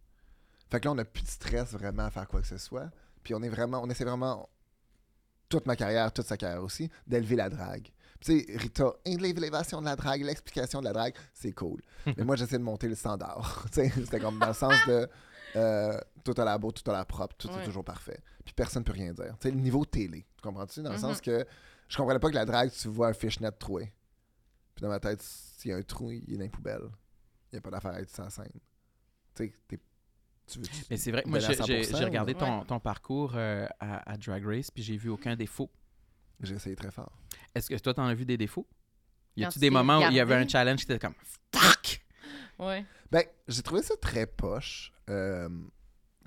D: Fait que là, on n'a plus de stress vraiment à faire quoi que ce soit. Puis on est vraiment. On essaie vraiment. Toute ma carrière, toute sa carrière aussi, d'élever la drague. Tu sais, Rita, l'élévation de la drague, l'explication de la drague, c'est cool. Mais moi, j'essaie de monter le standard. Tu sais, C'était comme dans le sens de. euh, tout à la beau, tout à la propre, tout
B: Ouais.
D: est toujours parfait. Puis personne ne peut rien dire. Tu sais, le niveau télé. Tu comprends-tu? Dans le
A: Mhm.
D: sens que je comprenais pas que la drague, tu vois un fishnet troué. Puis dans ma tête, s'il y a un trou, il est dans les poubelles. Il n'y a pas d'affaire à être sans scène. Tu sais, t'es- tu veux. tu-
A: Mais c'est vrai, moi
D: Ben, à
A: j'ai j'ai-
D: 100%,
A: j'ai regardé
B: ouais.
A: ton, ton parcours euh, à, à Drag Race puis j'ai vu aucun défaut.
D: J'ai essayé très fort.
A: Est-ce que toi t'en as vu des défauts Y
B: Quand tu
A: a-tu
B: t'es
A: des moments où il y avait
B: regardé?
A: un challenge qui était comme fuck
B: Ouais.
D: Ben, j'ai trouvé ça très poche euh,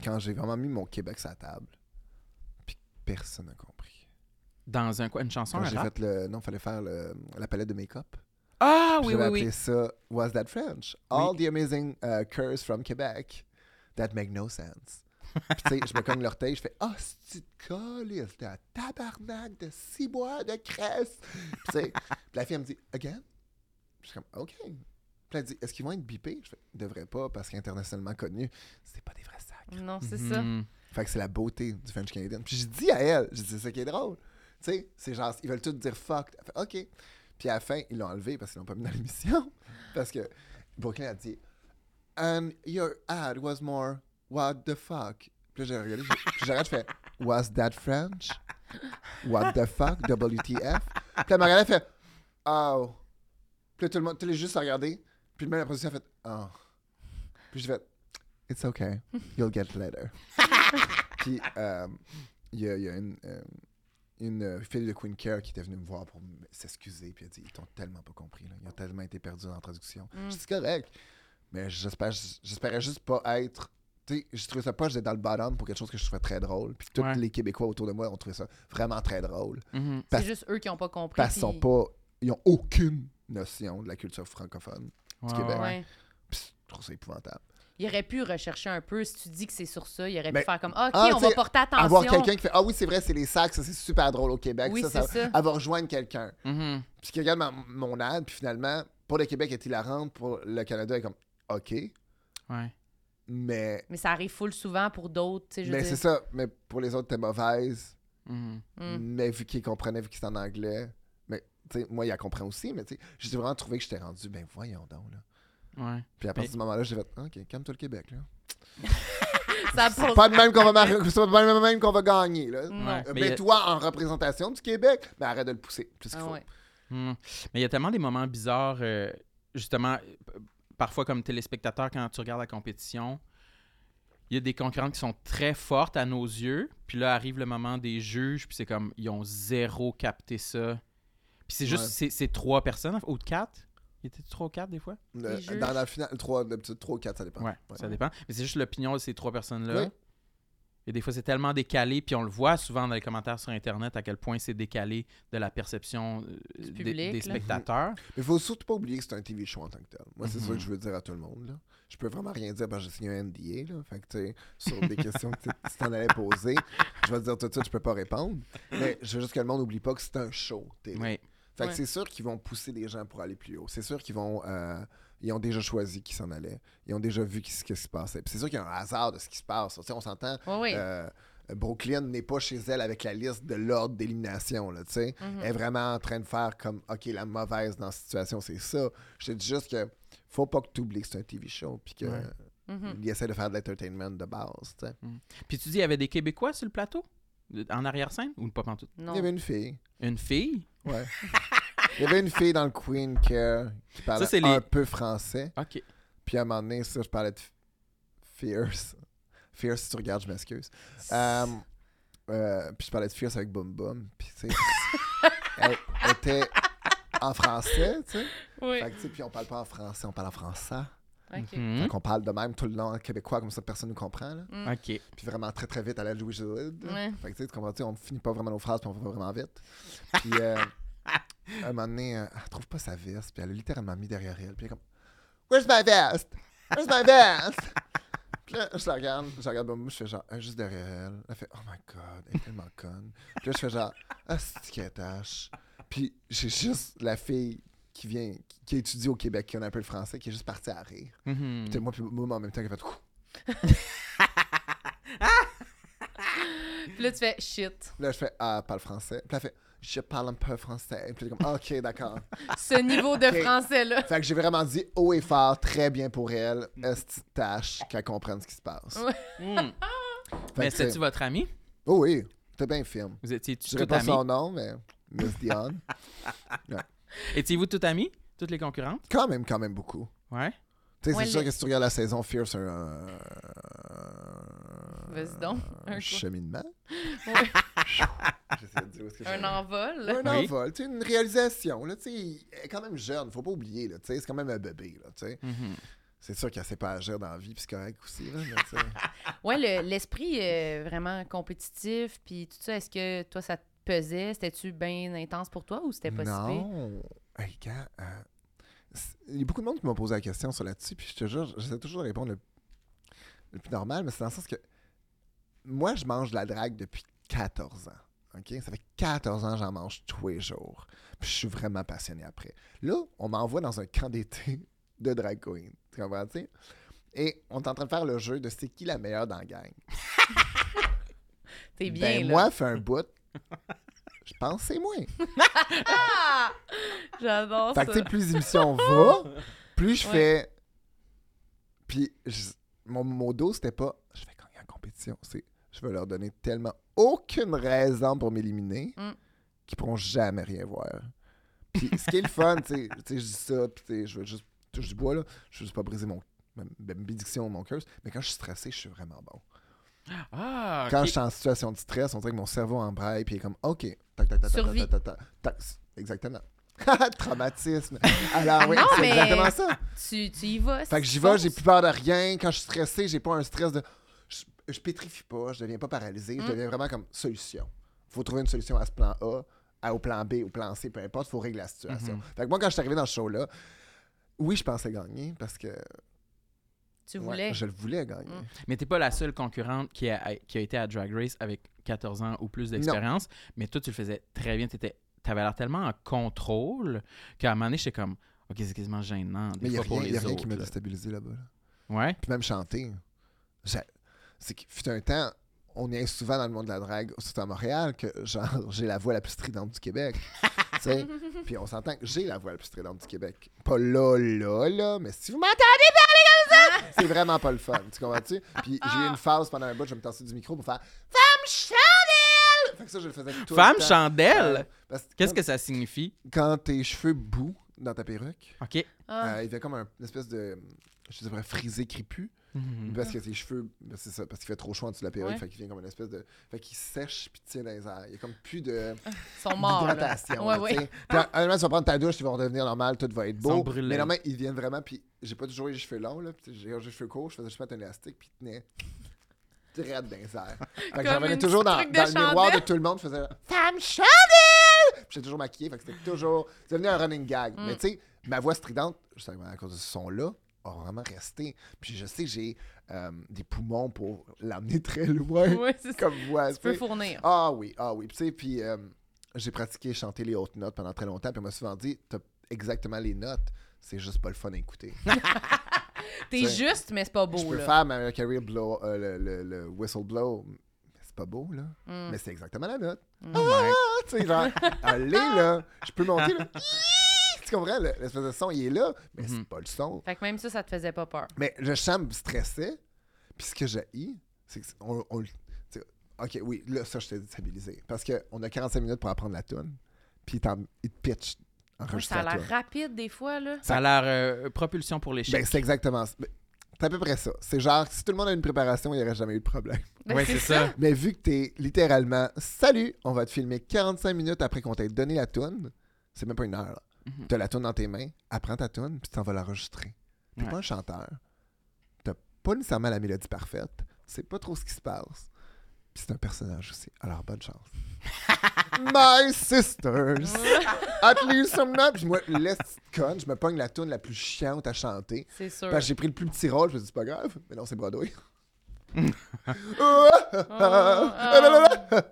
D: quand j'ai vraiment mis mon Québec sur la table. Puis personne n'a compris.
A: dans un quoi une chanson
D: Quand
A: un
D: j'ai
A: rap?
D: fait le. Non, fallait faire le- la palette de make-up.
A: Ah
D: Puis
A: oui
D: J'avais
A: oui
D: appelé
A: oui.
D: ça Was That French? All the amazing uh, curves from Quebec that make no sense. Puis tu sais, je me cogne l'orteil, je fais Ah, c'est calice de tabarnak de six bois de crèse. Puis tu sais, puis la fille elle me dit Again? Puis Je suis comme OK. Puis elle dit Est-ce qu'ils vont être bipés? Je fais Devrait pas parce qu'internationalement connu, c'est pas des vrais sacs.
B: Non, c'est ça.
A: Mhm.
D: Fait que c'est la beauté du French Canadian. Puis j'ai dit à elle, j'ai dit, c'est ça qui est drôle. Tu sais, c'est genre, ils veulent tous dire fuck. Elle fait, OK. Puis à la fin, ils l'ont enlevé parce qu'ils l'ont pas mis dans l'émission. Parce que Brooklyn a dit, And your ad was more, what the fuck. Puis là, j'ai regardé, j'ai- puis j'arrête, je fais, Was that French? What the fuck? WTF? Puis elle m'a regardé, elle fait, Oh. Puis là, tout le monde, tout le monde juste regardé. Puis même la production a fait, Oh. Puis j'ai fait, It's okay. You'll get it later. Puis, euh, il y a, il y a une, euh, une, euh, fille de Queen Care qui était venue me voir pour m- s'excuser. Puis elle dit Ils t'ont tellement pas compris. là. Ils ont tellement été perdus dans la traduction. Je dis C'est correct. Mais j'espère- j'espérais juste pas être. Tu sais, j'ai trouvé ça pas, j'étais dans le bottom pour quelque chose que je trouvais très drôle. Puis tous
A: Ouais.
D: les Québécois autour de moi ont trouvé ça vraiment très drôle.
A: Mhm.
B: C'est
D: Parce-
B: juste eux qui n'ont pas compris.
D: Parce qu'ils sont
B: puis-
D: pas. Ils ont aucune notion de la culture francophone.
A: Ouais,
D: Québec.
A: ouais.
B: Ouais.
D: Puis je trouve ça épouvantable.
B: Il aurait pu rechercher un peu. Si tu dis que c'est sur ça, il aurait
D: Mais-
B: pu faire comme OK,
D: Ah,
B: on
D: tu
B: va
D: sais,
B: porter attention.
D: Avoir quelqu'un qui fait Ah oui, c'est vrai, c'est les sacs, ça c'est super drôle au Québec.
B: Oui,
D: ça, ça-
B: c'est ça.
D: Avoir rejoindre quelqu'un.
A: Mhm.
D: Puis qui regarde ma- mon ad, puis finalement, pour le Québec, elle est hilarante, pour le Canada, elle est comme OK,
A: Ouais.
D: mais,
B: Mais ça arrive full souvent pour d'autres. tu sais, je veux
D: mais
B: dire.
D: c'est ça, mais pour les autres, t'es mauvaise,
A: Mhm.
B: Mm.
D: mais vu qu'ils comprenaient, vu que c'est en anglais, mais tu sais, moi, il la comprend aussi, mais tu sais, j'ai vraiment trouvé que j'étais rendu, ben voyons donc, là.
A: Ouais.
D: Puis à partir du moment-là, j'ai fait OK, calme-toi le Québec, là.
B: Ça pose-
D: Pas de même qu'on va, mar- c'est pas de même qu'on va gagner, là.
B: Non.
A: Ouais. Mais euh, il y a-
D: Mets-toi en représentation du Québec, mais arrête de le pousser. C'est ce qu'il
B: Ah
D: faut.
B: ouais.
A: Hmm. Mais il y a tellement des moments bizarres, euh, justement, p- parfois comme téléspectateur, quand tu regardes la compétition, il y a des concurrentes qui sont très fortes à nos yeux, puis là arrive le moment des juges, puis c'est comme, ils ont zéro capté ça. Puis c'est juste,
D: Ouais.
A: c'est- c'est trois personnes, ou quatre? Il était trois ou quatre des fois?
D: Le-
B: Les juges.
D: dans la finale, 3, d'habitude, 3 ou 4, ça dépend.
A: Ouais, ça dépend. Mais c'est juste l'opinion de ces trois personnes-là.
D: Oui.
A: Et des fois, c'est tellement décalé, puis on le voit souvent dans les commentaires sur Internet à quel point c'est décalé de la perception euh, des-
B: public,
A: des
B: là.
A: spectateurs.
D: Mais faut surtout pas oublier que c'est un TV show en tant que tel. Moi, c'est
A: Mhm.
D: ça que je veux dire à tout le monde. Là. Je peux vraiment rien dire parce que j'ai signé un NDA. Là. Fait que, tu sais, sur des questions que tu tu t'en allais poser, je vais te dire tout de suite, je peux pas répondre. Mais je veux juste que le monde n'oublie pas que c'est un show télé.
A: Oui.
D: Fait que
B: Ouais.
D: c'est sûr qu'ils vont pousser des gens pour aller plus haut. C'est sûr qu'ils vont. euh, ils ont déjà choisi qui s'en allait. Ils ont déjà vu qui- ce qui se passait. Puis c'est sûr qu'il y a un hasard de ce qui se passe. Tu sais, on s'entend.
B: Ouais, ouais.
D: euh, Brooklyn n'est pas chez elle avec la liste de l'ordre d'élimination. là, tu sais.
B: Mm. Mhm,
D: Elle est vraiment en train de faire comme OK, la mauvaise dans la situation, c'est ça. Je te dis juste que faut pas que tu oublies que c'est un TV show puis qu'il
A: Ouais.
B: mhm. Mm.
D: essaie de faire de l'entertainment de base. tu sais.
A: Puis tu dis, il y avait des Québécois sur le plateau? De- En arrière-scène? Ou pas pantoute?
D: Il y avait
B: Non.
D: une fille.
A: Une fille?
D: Ouais. Il y avait une fille dans le Queen Care qui parlait
A: c'est les-
D: un peu français.
A: OK.
D: Puis à un moment donné, ça, je parlais de F- Fierce. Fierce, si tu regardes, je m'excuse. Euh, euh, puis je parlais de Fierce avec Boom Boom. Puis tu sais, elle elle était en français, tu sais.
B: Oui.
D: Fait que, tu sais, puis on parle pas en français, on parle en français.
B: OK.
A: Mhm.
D: Fait qu'on parle de même tout le long en québécois, comme ça personne nous comprend. Là.
A: OK.
D: Puis vraiment très très vite à la Louis Gillette.
B: Mhm. Ouais.
D: Fait que tu sais, tu comprends, tu sais, on finit pas vraiment nos phrases, puis on va pas vraiment vite. Puis euh, à un moment donné, euh, elle trouve pas sa veste, puis elle l'a littéralement mis derrière elle. Puis elle est comme Where's my vest? Where's my best? Puis là, je la regarde, je la regarde, bon, moi, je fais genre, Ah, juste derrière elle. Elle fait, oh my god, elle est tellement conne. Puis là, je fais genre, ah, c'est qu'elle tâche. Puis j'ai juste la fille qui vient, qui, qui étudie au Québec, qui en a un peu le français, qui est juste partie à rire.
A: Mhm.
D: Puis t'as moi, puis moi, en même temps, qui a fait, Ouh.
B: Puis là, tu fais shit.
D: Puis là, je fais, ah, elle parle français. Puis là, elle fait, je parle un peu français. Puis là, comme, ah, ok, d'accord.
B: Ce niveau de
D: Ok.
B: français-là.
D: Fait que j'ai vraiment dit haut et fort, très bien pour elle. Est-ce que tâche qu'elle comprenne ce qui se passe?
B: Ouais.
A: Mhm.
D: Fait
A: Mais
D: que c'est-
A: c'était-tu votre ami?
D: Oh oui, t'es bien film.
A: Vous étiez-tu
D: Je dirais
A: tout
D: pas
A: amis?
D: son nom, mais Miss Dion.
A: Étiez-vous tout amis? Toutes les concurrentes?
D: Quand même, quand même beaucoup.
A: Ouais.
D: Tu sais,
B: Ouais,
D: c'est sûr
B: le-
D: que si tu regardes la saison Fear, c'est un,
B: Vas-y donc. Un,
D: un
B: quoi?
D: cheminement.
B: Ouais.
D: J'essaie de dire où est-ce que je-
B: un envol.
D: Un
A: Oui.
D: envol, tu sais, une réalisation. Là, tu sais, elle est quand même jeune, faut pas oublier. Là, tu sais, c'est quand même un bébé. Là, tu sais.
A: Mhm.
D: C'est sûr qu'elle sait pas agir dans la vie, puis c'est correct aussi. Là, mais tu sais.
B: Ouais, le- l'esprit euh, vraiment compétitif, puis tout ça, est-ce que toi, ça te pesait? C'était-tu bien intense pour toi ou c'était pas si pire?
D: Non. Hey, gars, euh, c'est- il y a beaucoup de monde qui m'ont posé la question sur là-dessus, puis je te jure, j'essaie toujours de répondre le, le plus normal, mais c'est dans le sens que moi, je mange de la drague depuis 14 ans. OK? Ça fait 14 ans que j'en mange tous les jours. Puis je suis vraiment passionné après. Là, on m'envoie dans un camp d'été de drag queen. Tu comprends? tu sais? Et on est en train de faire le jeu de c'est qui la meilleure dans la gang.
B: T'es Eh bien,
D: ben,
B: là.
D: moi, fait un bout. Je pense que c'est moi.
B: Ah! J'adore ça.
D: Fait que, tu sais, plus l'émission va, plus je
B: Ouais.
D: fais. Puis, je- mon, mon dos, c'était pas je vais gagner en compétition. C'est je vais leur donner tellement aucune raison pour m'éliminer
B: Mm.
D: qu'ils pourront jamais rien voir. Puis, ce qui est le fun, tu sais, tu sais, je dis ça, puis tu sais, je veux juste touche du bois, là. Je veux juste pas briser mon. ma- ma bénédiction, mon curse, mais quand je suis stressé, je suis vraiment bon.
A: Ah,
D: Quand
A: ok.
D: je suis en situation de stress, on dirait que mon cerveau en braille, puis il est comme, OK, tac, tac, tac, tac,
B: Survie.
D: tac, tac, tac, tac, exactement. Traumatisme. Alors oui,
B: Ah Non,
D: c'est
B: mais-
D: exactement ça.
B: Tu, tu y vas.
D: Fait que
B: si
D: j'y
B: tu
D: vais,
B: fonces.
D: j'ai plus peur de rien. Quand je suis stressé, j'ai pas un stress de... Je, je pétrifie pas, je deviens pas paralysé,
B: Mm.
D: je deviens vraiment comme solution. Faut trouver une solution à ce plan A, à- au plan B, au plan C, peu importe, faut régler la situation.
A: Mhm.
D: Fait que moi, quand je suis arrivé dans ce show-là, oui, je pensais gagner, parce que
B: Tu
D: ouais,
B: voulais.
D: je le voulais gagner.
B: Mm.
A: Mais t'es pas la seule concurrente qui a, qui a été à Drag Race avec 14 ans ou plus d'expérience. Mais toi, tu le faisais très bien. T'étais- T'avais l'air tellement en contrôle qu'à un moment donné, j'étais comme, OK, c'est quasiment gênant. Des
D: Mais il n'y a
A: fois
D: rien,
A: pour
D: y
A: les
D: a rien
A: autres.
D: qui m'a
A: là.
D: déstabilisé là-bas. là.
A: Ouais.
D: Puis même chanter. J'a- C'est qu'il fut un temps, on y est souvent dans le monde de la drague, surtout à Montréal, que genre, j'ai la voix la plus stridente du Québec. Tu sais? Puis on s'entend que j'ai la voix la plus stridente du Québec. Pas là, là, là, mais si vous m'entendez parler comme ça, c'est vraiment pas le fun. Tu comprends-tu? Puis j'ai eu une phase pendant un bout, je me tassais du micro pour faire Femme chandelle! Fait que ça, je le faisais tout le
A: Femme
D: temps.
A: chandelle!
D: Ouais, parce que
A: Qu'est-ce
D: quand-
A: que ça signifie?
D: Quand tes cheveux bouent dans ta perruque,
A: OK.
B: Ah.
D: euh, il fait comme un- une espèce de, je dirais, frisé crépu.
A: Mhm.
D: Parce que ses cheveux, ben, c'est ça, parce qu'il fait trop chaud en dessous de la perruque,
B: Ouais.
D: fait qu'il vient comme une espèce de. Fait qu'il sèche puis tient dans les airs. Il y a comme plus de.
B: Ils sont morts. là.
D: d'hydratation.
B: Ouais,
D: là,
B: ouais.
D: tu sais. Puis, à un moment, tu vas prendre ta douche, tu vas redevenir normal, tout va être
A: Ils sont
D: beau.
A: brûlés.
D: Mais normalement, ils viennent vraiment, puis j'ai pas toujours eu les cheveux longs, là. puis j'ai j'ai les cheveux courts, je faisais juste mettre un élastique, puis il tenait. Raide dans les airs. Fait
B: Comme
D: que j'en venais
B: une
D: toujours
B: petite truc
D: dans,
B: de
D: dans le miroir de
B: chandelle.
D: tout le monde, je faisais Femme chandelle! Puis j'étais toujours maquillée, fait que c'était toujours. C'est devenu un running gag.
B: Mm.
D: Mais tu sais, ma voix stridente, justement à cause de ce son-là, a vraiment resté. Puis je sais, que j'ai euh, des poumons pour l'amener très loin.
B: Ouais, c'est ça.
D: Comme voix.
B: Tu peux
D: sais.
B: fournir.
D: Ah oui, ah oui. Puis, tu sais, puis euh, j'ai pratiqué chanter les hautes notes pendant très longtemps. Puis on m'a souvent dit, t'as exactement les notes, c'est juste pas le fun à écouter.
B: T'es
D: t'sais,
B: juste, mais c'est pas
D: Je
B: beau,
D: peux
B: là.
D: faire Mariah Carey blow, euh, le, le- le whistle blow, mais c'est pas beau, là.
B: Mm.
D: Mais c'est exactement la note.
A: Ouais.
D: Ah, tu sais, genre, allez, là, je peux monter, là. Tu comprends? le- L'espèce de son, il est là, mais
B: Mm-hmm.
D: c'est pas le son.
B: Fait que même ça, ça te faisait pas peur.
D: Mais le chant me stressait. Puis ce que j'ai c'est que c'est- on, on le- tu sais, OK, oui, là, ça, je t'ai déstabilisé. Parce qu'on a 45 minutes pour apprendre la tune. Puis il t'en- il te pitch
B: Moi,
D: enregistrer
B: ça a
D: la
B: l'air
D: toune.
B: rapide des fois, là.
A: Ça a l'air euh, propulsion pour l'échec.
D: Ben, c'est exactement ça. Ben, C'est à peu près ça. C'est genre, si tout le monde a une préparation, il n'y aurait jamais eu de problème.
B: Ben,
A: ouais,
B: c'est
A: c'est ça.
D: Mais vu que t'es littéralement, salut, on va te filmer 45 minutes après qu'on t'ait donné la toune, c'est même pas une heure. là.
A: Mhm.
D: T'as la toune dans tes mains, apprends ta toune, puis t'en vas l'enregistrer. Puis
A: Ouais.
D: pas un chanteur. T'as pas nécessairement la mélodie parfaite. Tu sais pas trop ce qui se passe. Puis c'est un personnage aussi. Alors, bonne chance. My sisters. At least I'm not. Puis moi, laisse con, je me pogne la tune la plus chiante à chanter.
B: C'est sûr.
D: Parce que j'ai pris le plus petit rôle, je me dis, c'est pas grave. Mais non, c'est Broadway.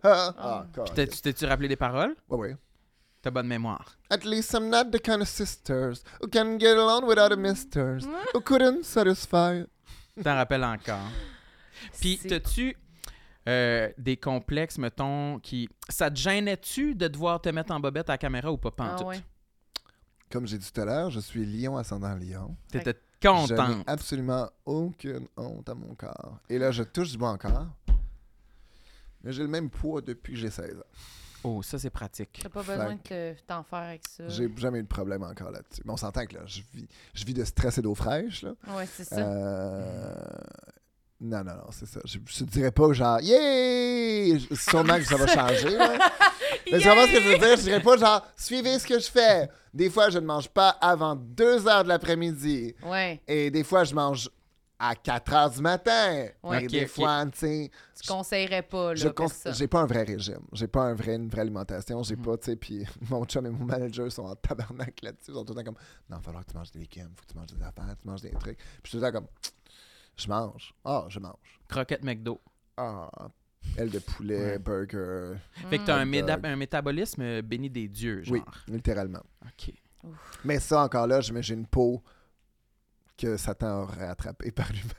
D: Ah,
A: T'as- Tu t'es-tu rappelé les paroles?
D: Ouais, ouais.
A: T'as bonne mémoire.
D: At least I'm not the kind of sisters who can get along without a misters who couldn't satisfy.
A: T'en rappelles encore. Puis,
B: C'est- Ah
A: t'as-tu euh, des complexes, mettons, qui. Ça te gênait-tu de devoir te mettre en bobette à la caméra ou pas
B: Ah
A: pantoute?
B: ouais.
D: Comme j'ai dit tout à l'heure, je suis lion ascendant lion.
A: T'étais
D: Je n'ai
A: contente.
D: absolument aucune honte à mon corps. Et là, je touche du bon corps. Mais j'ai le même poids depuis que j'ai 16 ans.
A: Oh, ça, c'est pratique.
B: T'as pas besoin de te- t'en faire avec ça.
D: J'ai jamais eu de problème encore là-dessus. Mais on s'entend que là, je vis, je vis de stress et d'eau fraîche. Là.
B: Ouais, c'est ça.
D: Euh... Non, non, non, c'est ça. Je, je te dirais pas genre, yeah! Je- Sûrement que ça va changer. là. Mais tu comprends ce que je veux dire? Je dirais pas genre, suivez ce que je fais. Des fois, je ne mange pas avant 2 heures de l'après-midi.
B: Ouais,
D: Et des fois, je mange à 4 heures du matin.
B: Ouais.
D: Et
A: Ok,
D: des
A: ok.
D: fois, tu sais,
B: tu conseillerais pas, là,
D: je cons-
B: personne.
D: j'ai pas un vrai régime. J'ai pas un vrai, une vraie alimentation.
B: Mm-hmm.
D: J'ai pas, tu sais, puis mon chum et mon manager sont en tabarnak là-dessus. Ils sont tout le temps comme, non, il va falloir que tu manges des légumes, faut que tu manges des affaires, tu manges des trucs. Puis je suis tout le temps comme, je mange. Ah, je mange.
A: Croquette McDo.
D: Ah, aile de
A: Ouais.
D: poulet, burger.
B: Hmm.
A: Fait que t'as un,
D: Hot
A: méda-
D: dog.
A: un métabolisme euh, béni des dieux, genre.
D: Oui, littéralement.
A: OK.
D: Mais ça, encore là, je- mais j'ai une peau que Satan aurait attrapée par lui-même.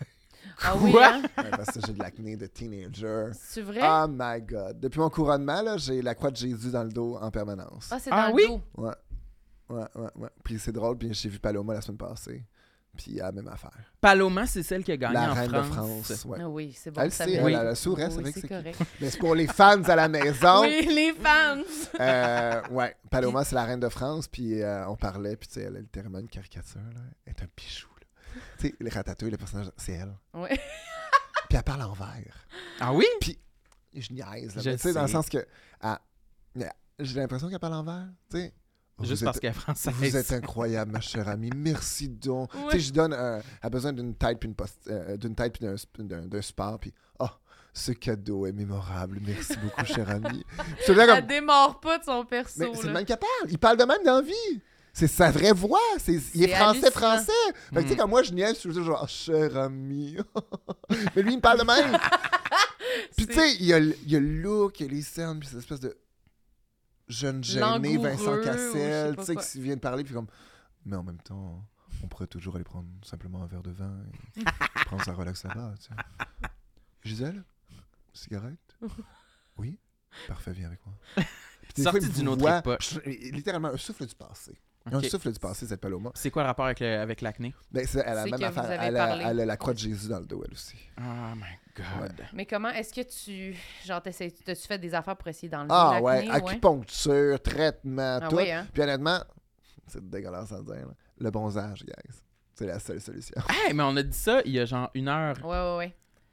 B: Ah oui,
A: Quoi?
B: hein?
D: Ouais, Parce que j'ai de l'acné de teenager.
B: C'est vrai? Ah,
D: Oh my god. Depuis mon couronnement, là, j'ai la croix de Jésus dans le dos en permanence.
B: c'est dans
A: Ah
B: le
A: oui?
B: dos.
D: Ouais. Ouais, ouais, ouais. Puis c'est drôle, puis j'ai vu Paloma la semaine passée. Puis elle a la même affaire.
A: Paloma, c'est celle qui a gagné
D: la
A: en
D: reine
A: France.
D: de France. Ouais.
B: Ah oui, c'est bon.
D: Elle
B: ça
D: sait,
B: me-
D: elle,
A: Oui.
D: elle a le sourire, c'est
B: Oui,
D: vrai que
B: c'est
D: c'est
B: correct.
D: Mais c'est pour les fans à la maison.
B: Oui, les fans!
D: Euh, ouais. Paloma, c'est la reine de France, puis euh, on parlait, puis tu sais, elle a littéralement une caricature, là. Elle est un pichou, là. Tu sais, les ratatouilles, le personnage, c'est elle.
B: Ouais.
D: Puis elle parle en vert.
A: Ah oui?
D: je niaise. Là,
A: Je
D: mais tu sais, dans le
A: sais.
D: sens que. ah, mais j'ai l'impression qu'elle parle en vert. Tu sais. Vous
A: Juste
D: êtes-
A: parce qu'elle est française.
D: Vous êtes incroyable, ma chère amie. Merci donc.
B: Ouais.
D: Tu sais, je donne. euh, elle a besoin d'une tête puis une post- euh, d'une tête puis d'un sp- d'un d'un sport. Puis, oh, ce cadeau est mémorable. Merci beaucoup, chère amie. Je suis là
B: Elle
D: comme.
B: démarre pas de son perso,
D: Mais c'est le
B: là.
D: même qu'elle parle. Il parle de même dans la vie. C'est sa vraie voix. C'est- il est
B: C'est
D: français,
B: hallucinant. Hmm.
D: français. Fait que tu sais,
A: Mm.
D: quand moi, je niaise, je suis toujours genre, cher ami. Mais lui, il me parle de même. Puis tu
B: C'est-
D: sais, il y a, le- il y a le look, il y a les cernes, puis cette espèce de jeune gêné,
B: Langoureux,
D: Vincent
B: ou je sais
D: Cassel,
B: pas
D: tu sais,
B: quoi.
D: qui vient de parler, puis comme, mais en même temps, on pourrait toujours aller prendre simplement un verre de vin et prendre sa relax là-bas, tu sais. Gisèle, cigarette? Oui? Parfait, viens avec moi. Puis des fois,
A: Sorti
D: il me
A: d'une autre
D: voit,
A: époque.
D: je- littéralement, un souffle du passé. Un
A: OK.
D: souffle du passé, cette Paloma.
A: C'est quoi le rapport avec le- avec l'acné?
D: Ben, c'est- elle a
B: C'est
D: la même
B: que vous
D: affaire.
B: avez
D: Elle a,
B: parlé.
D: elle a la croix de Jésus dans le dos, elle aussi.
A: Oh my God.
B: Mais comment est-ce que tu. Genre, t'essayes- t'as-tu fait des affaires pour essayer d'enlever
D: Ah
B: l'acné?
D: ouais, acupuncture, traitement,
B: Ah
D: tout.
B: oui, hein?
D: Puis honnêtement, c'est dégueulasse à dire. là. Le bronzage, guys. C'est la seule solution.
A: Hey, mais on a dit ça il y a genre une heure.
B: Ouais, ouais,